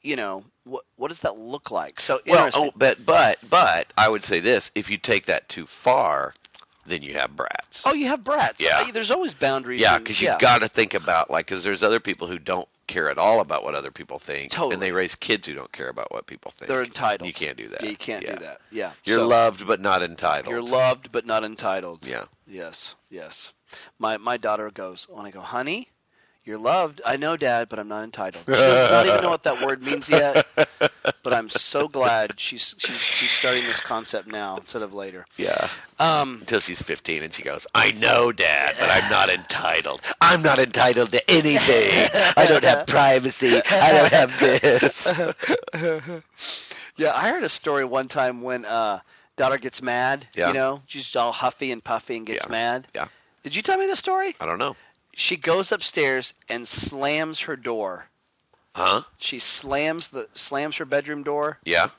A: You know what? What does that look like? So
D: Well,
A: interesting.
D: oh, but but but I would say this: if you take that too far, then you have brats.
A: Oh, you have brats.
D: Yeah.
A: I- there's always boundaries.
D: Yeah,
A: and-
D: because you've got to think about like because there's other people who don't care at all about what other people think, and
A: Totally.
D: they raise kids who don't care about what people think.
A: They're entitled.
D: You can't do that.
A: Yeah, you can't
D: Yeah.
A: do that. Yeah,
D: You're
A: So,
D: loved but not entitled.
A: You're loved but not entitled.
D: Yeah.
A: Yes. Yes. My my daughter goes when I go, honey, you're loved. I know, Dad, but I'm not entitled. She does not even know what that word means yet. But I'm so glad she's she's she's starting this concept now instead of later.
D: Yeah. Um, Until she's 15 and she goes, I know, Dad, but I'm not entitled. I'm not entitled to anything. I don't have privacy. I don't have this.
A: Yeah, I heard a story one time when uh, daughter gets mad.
D: Yeah.
A: You know, she's all huffy and puffy and gets
D: Yeah.
A: mad.
D: Yeah.
A: Did you tell me this story?
D: I don't know.
A: She goes upstairs and slams her door.
D: Huh?
A: She slams the slams her bedroom door
D: Yeah.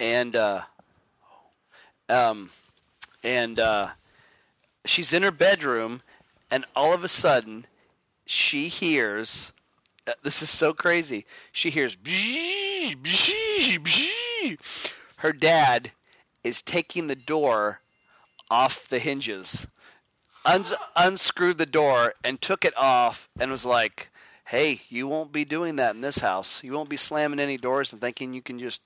A: and uh, Um, and uh, she's in her bedroom, and all of a sudden, she hears. uh, This is so crazy. She hears. "Bzzz, bzzz, bzzz." Her dad is taking the door off the hinges. Uns- unscrewed the door and took it off and was like, "Hey, you won't be doing that in this house. You won't be slamming any doors and thinking you can just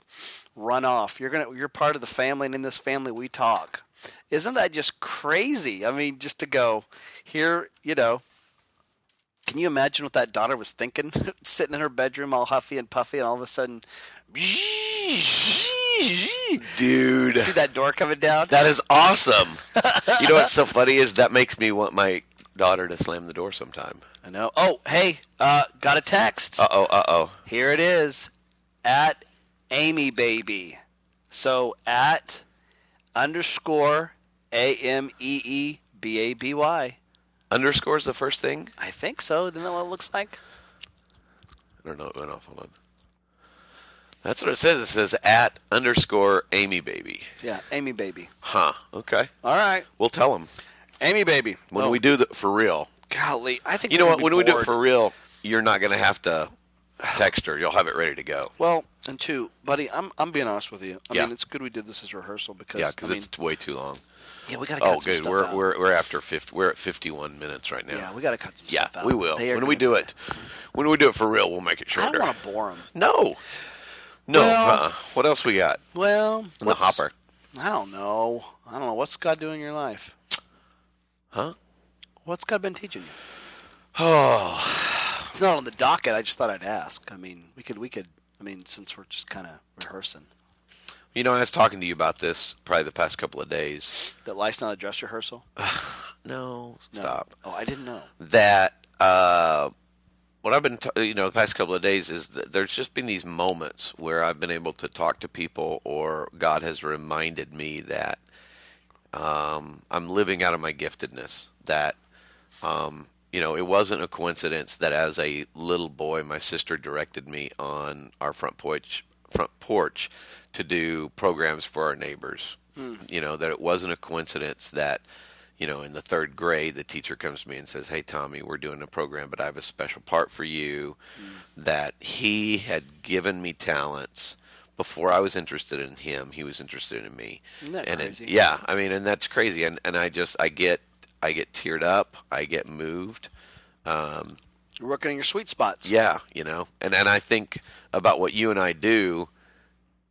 A: run off. You're gonna, you're part of the family, and in this family we talk." Isn't that just crazy? I mean, just to go here, you know. Can you imagine what that daughter was thinking, sitting in her bedroom all huffy and puffy, and all of a sudden,
D: Dude.
A: see that door coming down?
D: That is awesome. you know what's so funny is that makes me want my daughter to slam the door sometime.
A: I know. Oh, hey, uh, got a text.
D: Uh oh, uh oh.
A: Here it is at Amy Baby. So at underscore A M E E B A B Y.
D: Underscores the first thing?
A: I think so. Isn't that what it looks like?
D: I don't know. It went off. Hold on. That's what it says. It says at underscore Amy Baby.
A: Yeah, Amy Baby.
D: Huh. Okay.
A: All right.
D: We'll tell them
A: Amy Baby.
D: when
A: Oh,
D: we do the for real.
A: golly, I think
D: You
A: we're
D: know what?
A: gonna
D: When
A: be
D: we do it
A: bored.
D: for real, you're not going to have to text her. You'll have it ready to go.
A: well, and two, buddy, I'm I'm being honest with you. I
D: Yeah.
A: mean, it's good we did this as rehearsal because
D: Yeah, because
A: I mean,
D: it's way too long.
A: yeah, we got to cut
D: Oh,
A: some
D: good.
A: stuff
D: We're
A: out.
D: we're we're after 50, we're at 51 minutes right now.
A: yeah, we got to cut some
D: Yeah,
A: stuff out.
D: we will.
A: They are
D: When we
A: gonna-
D: do it, when we do it for real, we'll make it
A: I
D: shorter.
A: don't want to bore them.
D: No, no.
A: Well-
D: uh-uh. What else we got
A: Well,
D: in
A: Oh. what's-
D: the hopper?
A: I don't know. I don't know. What's God doing in your life?
D: Huh?
A: What's God been teaching you?
D: Oh,
A: It's not on the docket. I just thought I'd ask. I mean, we could, we could. I mean, since we're just kind of rehearsing,
D: you know, I was talking to you about this probably the past couple of days.
A: that life's not a dress rehearsal. No.
D: No, stop.
A: Oh, I didn't know.
D: That uh, what I've been, t- you know, the past couple of days is that there's just been these moments where I've been able to talk to people, or God has reminded me that um, I'm living out of my giftedness. That um, you know, it wasn't a coincidence that as a little boy, my sister directed me on our front porch front porch to do programs for our neighbors.
A: Hmm.
D: You know, that it wasn't a coincidence that you know, in the third grade, the teacher comes to me and says, "Hey, Tommy, we're doing a program, but I have a special part for you."
A: Hmm.
D: That he had given me talents before I was interested in him. He was interested in me.
A: Isn't that
D: and it-
A: crazy?
D: yeah, yeah, I mean, and that's crazy. And and I just I get I get teared up. I get moved.
A: You're working on your sweet spots.
D: Yeah, you know. And and I think about what you and I do.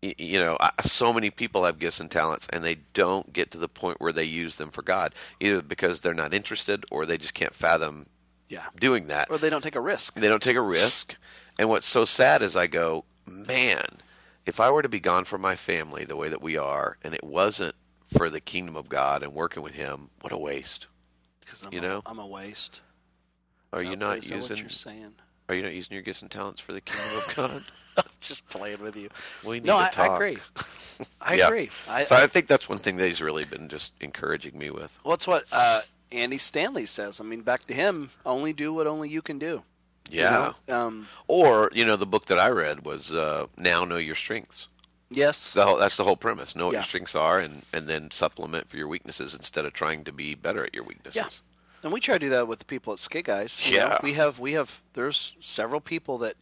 D: y- You know, I, so many people have gifts and talents, and they don't get to the point where they use them for God, either because they're not interested or they just can't fathom
A: yeah.
D: doing that.
A: Or they don't take a risk.
D: They don't take a risk. And what's so sad is I go, man, if I were to be gone from my family the way that we are, and it wasn't for the kingdom of God and working with Him, what a waste.
A: Because I'm,
D: You
A: a-
D: know?
A: I'm a waste.
D: Are
A: Is
D: you
A: that-
D: not
A: is that What
D: using?
A: you're saying?
D: Are you not using your gifts and talents for the kingdom of God?
A: just playing with you.
D: We need
A: no,
D: to
A: I, I
D: talk.
A: agree. I
D: Yeah.
A: agree. I,
D: so I, think that's one thing that he's really been just encouraging me with.
A: Well, that's what uh, Andy Stanley says. I mean, back to him. Only do what only you can do. You
D: Yeah.
A: know? Um,
D: Or you know, the book that I read was uh, "Now Know Your Strengths."
A: yes.
D: The whole, that's the whole premise. Know what
A: Yeah.
D: your strengths are, and and then supplement for your weaknesses instead of trying to be better at your weaknesses.
A: Yeah. And we try to do that with the people at Skit Guys. you
D: Yeah.
A: know? we have we have there's several people that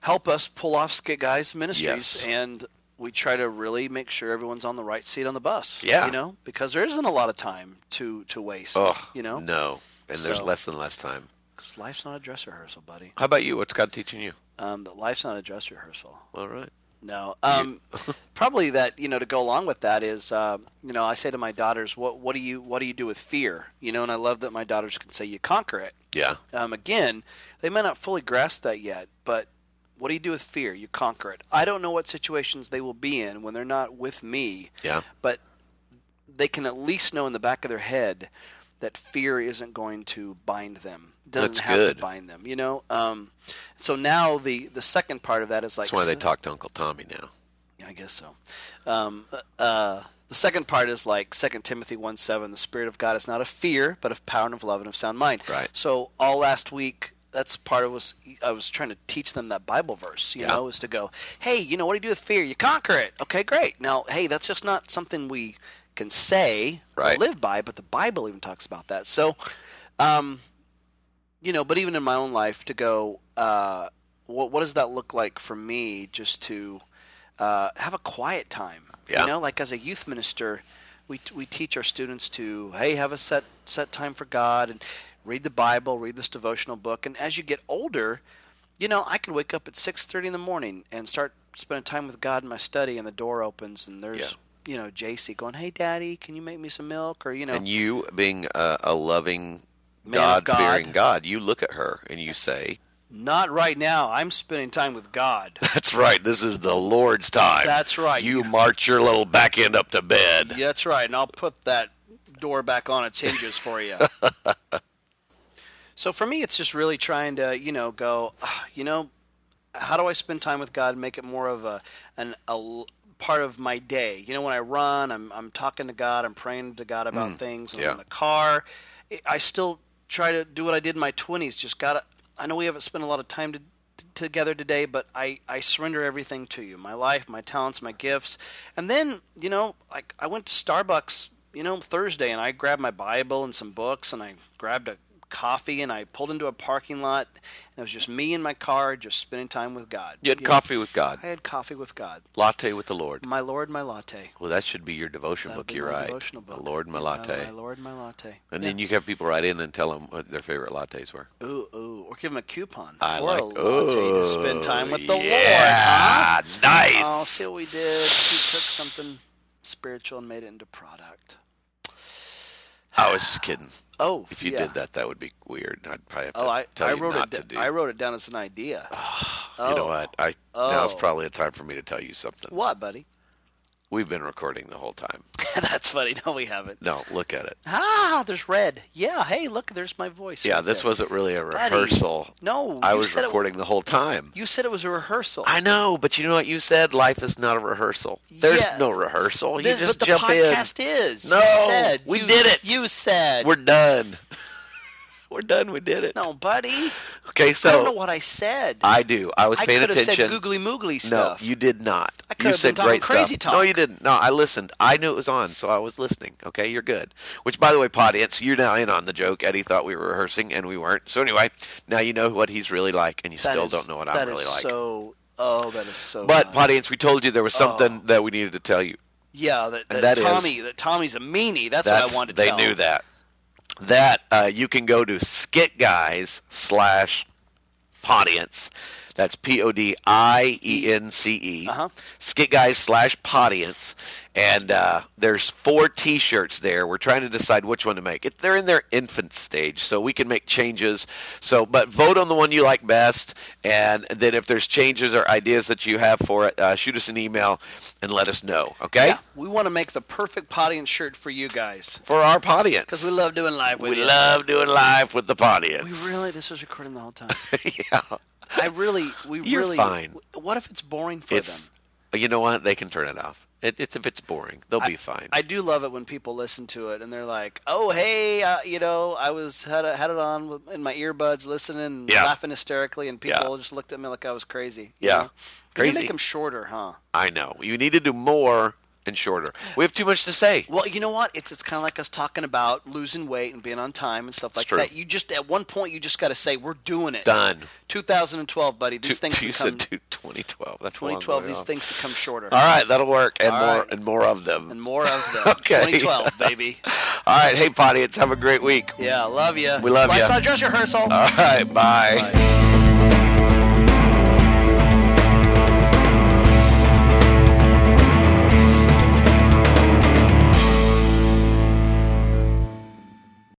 A: help us pull off Skit Guys Ministries,
D: Yes.
A: and we try to really make sure everyone's on the right seat on the bus.
D: Yeah.
A: you know, because there isn't a lot of time to to waste.
D: Oh,
A: you know,
D: no. And there's
A: So-
D: less and less time.
A: 'Cause life's not a dress rehearsal, buddy.
D: How about you? What's God teaching you?
A: Um, that life's not a dress rehearsal.
D: All right.
A: No. Um, probably that you know to go along with that is uh, you know I say to my daughters, what what do you what do you do with fear? You know, and I love that my daughters can say you conquer it.
D: Yeah.
A: Um, again, they may not fully grasp that yet, but what do you do with fear? You conquer it. I don't know what situations they will be in when they're not with me,
D: Yeah.
A: but they can at least know in the back of their head that fear isn't going to bind them. It Doesn't
D: That's
A: have
D: good.
A: to bind them, you know. Um, so now the the second part of that is like
D: That's why they talk to Uncle Tommy now.
A: I guess so. Um, uh, the second part is like 2 Timothy 1 7. The Spirit of God is not of fear, but of power and of love and of sound mind.
D: Right.
A: So, all last week, that's part of was I was trying to teach them that Bible verse, you
D: Yeah.
A: know, is to go, hey, you know, what do you do with fear? You conquer it. Okay, great. Now, hey, that's just not something we can say or
D: Right.
A: live by, but the Bible even talks about that. So, um, you know, but even in my own life, to go, uh, what what does that look like for me? Just to uh, have a quiet time,
D: Yeah.
A: you know, like as a youth minister, we we teach our students to hey have a set set time for God and read the Bible, read this devotional book, and as you get older, you know, I could wake up at six thirty in the morning and start spending time with God in my study, and the door opens and there's.
D: Yeah.
A: You know, JC going, hey, daddy, can you make me some milk? Or, you know,
D: And you, being a, a loving,
A: Man
D: God
A: of
D: fearing
A: God.
D: God, you look at her and you say,
A: Not right now. I'm spending time with God.
D: That's right. This is the Lord's time.
A: That's right.
D: You march your little back end up to bed.
A: yeah, that's right. And I'll put that door back on its hinges for you. so for me, it's just really trying to, you know, go, "Ah, you know, how do I spend time with God and make it more of a an a l- part of my day? You know, when I run, I'm I'm talking to God, I'm praying to God about things. And
D: yeah.
A: in the car, I- I still try to do what I did in my twenties. Just gotta. I know we haven't spent a lot of time to, together today, but I I surrender everything to you, my life, my talents, my gifts, and then you know, like I went to Starbucks, you know, Thursday, and I grabbed my Bible and some books, and I grabbed a coffee and I pulled into a parking lot and it was just me in my car just spending time with God.
D: You had
A: You know,
D: coffee with God,
A: I had coffee with God.
D: latte with the Lord.
A: My Lord, my latte.
D: Well, that should be your devotion
A: That'd
D: book.
A: be
D: You're
A: my
D: right.
A: devotional book.
D: The Lord, my
A: You know,
D: latte.
A: My Lord, my latte.
D: and then you have people write in and tell them what their favorite lattes were.
A: Ooh, ooh. Or give him a coupon
D: I
A: for
D: like
A: a latte to spend time with the
D: yeah,
A: Lord. Huh?
D: nice.
A: Oh, see what we did? We took something spiritual and made it into product.
D: I was just kidding.
A: Oh,
D: If you
A: yeah.
D: did that, that would be weird. I'd probably have to
A: Oh, I,
D: tell
A: I
D: you
A: wrote
D: not
A: it.
D: to
A: da-
D: do. Ah.
A: I wrote it down as an idea.
D: You know
A: Oh.
D: what? I now's
A: Oh.
D: probably a time for me to tell you something.
A: What, buddy?
D: We've been recording the whole time.
A: That's funny. No, we haven't.
D: No, look at it.
A: Ah, there's red. Yeah. Hey, look, there's my voice.
D: Yeah,
A: right
D: this
A: there.
D: wasn't really a
A: Buddy,
D: rehearsal.
A: no,
D: I
A: you
D: was
A: said it-
D: recording the whole time.
A: You said it was a rehearsal.
D: I know, but you know what you said? Life is not a rehearsal. There's
A: Yeah.
D: no rehearsal. You
A: This-
D: just
A: but
D: jump
A: the podcast is.
D: No,
A: you said,
D: we
A: you-
D: did it.
A: You said
D: in. We're done. We're done. We did it.
A: no, buddy.
D: Okay, so
A: I don't know what I said.
D: I do. I was
A: I
D: paying
A: could have said
D: attention.
A: googly moogly
D: no,
A: stuff.
D: you did not.
A: I could
D: you
A: have
D: said
A: been talking
D: great
A: crazy
D: stuff. No,
A: talk.
D: you didn't. No, I listened. I knew it was on, so I was listening. Okay, you're good. Which, by the way, audience, you're now in on the joke. Eddie thought we were rehearsing, and we weren't. So anyway, now you know what he's really like, and you
A: That
D: still
A: is-
D: don't know what I'm
A: that
D: really
A: is
D: like.
A: So, oh, that is so.
D: But
A: nice.
D: audience, we told you there was something that we needed to tell you.
A: yeah, that, that,
D: that is-
A: Tommy, that Tommy's a meanie. That's,
D: That's,
A: what I wanted. to
D: they
A: tell.
D: knew that. That uh, you can go to skit guys slash audience. That's P O D I E N C E.
A: Uh-huh.
D: Skit guys slash audience, and uh, there's four T-shirts there. We're trying to decide which one to make. It, they're in their infant stage, so we can make changes. So, but vote on the one you like best, and then if there's changes or ideas that you have for it, uh, shoot us an email and let us know. Okay,
A: Yeah, we want to make the perfect potty and shirt for you guys
D: for our audience,
A: because we love doing live with
D: we
A: you.
D: love doing live with the
A: uh, We
D: audience.
A: really. This was recording the whole time.
D: yeah.
A: I really. We
D: You're
A: really.
D: fine.
A: What if it's boring for them?
D: It's you know what they can turn it off. It, it's if it's boring, they'll be fine.
A: I do love it when people listen to it and they're like, "Oh, hey, uh, you know, I was had a, had it on with, in my earbuds, listening, and
D: Yeah.
A: laughing hysterically, and people
D: Yeah.
A: just looked at me like I was crazy." you
D: Yeah.
A: know? Can you
D: Crazy.
A: make them shorter, huh?
D: I know you need to do more and shorter. We have too much to say.
A: Well, you know what? It's it's kind of like us talking about losing weight and being on time and stuff like
D: true.
A: that. You just at one point you just got to say, "We're doing it."
D: Done.
A: 2012, buddy. These
D: Two-
A: things
D: you
A: become
D: said two- 2012. That's a long
A: 2012.
D: way
A: These
D: off.
A: things become shorter.
D: All right, that'll work, and
A: All
D: more
A: right.
D: and more of them.
A: And more of them.
D: Okay.
A: 2012, baby.
D: All right, hey, audience, have a great week.
A: Yeah, love you.
D: We love ya.
A: Lifestyle dress rehearsal.
D: All right, bye.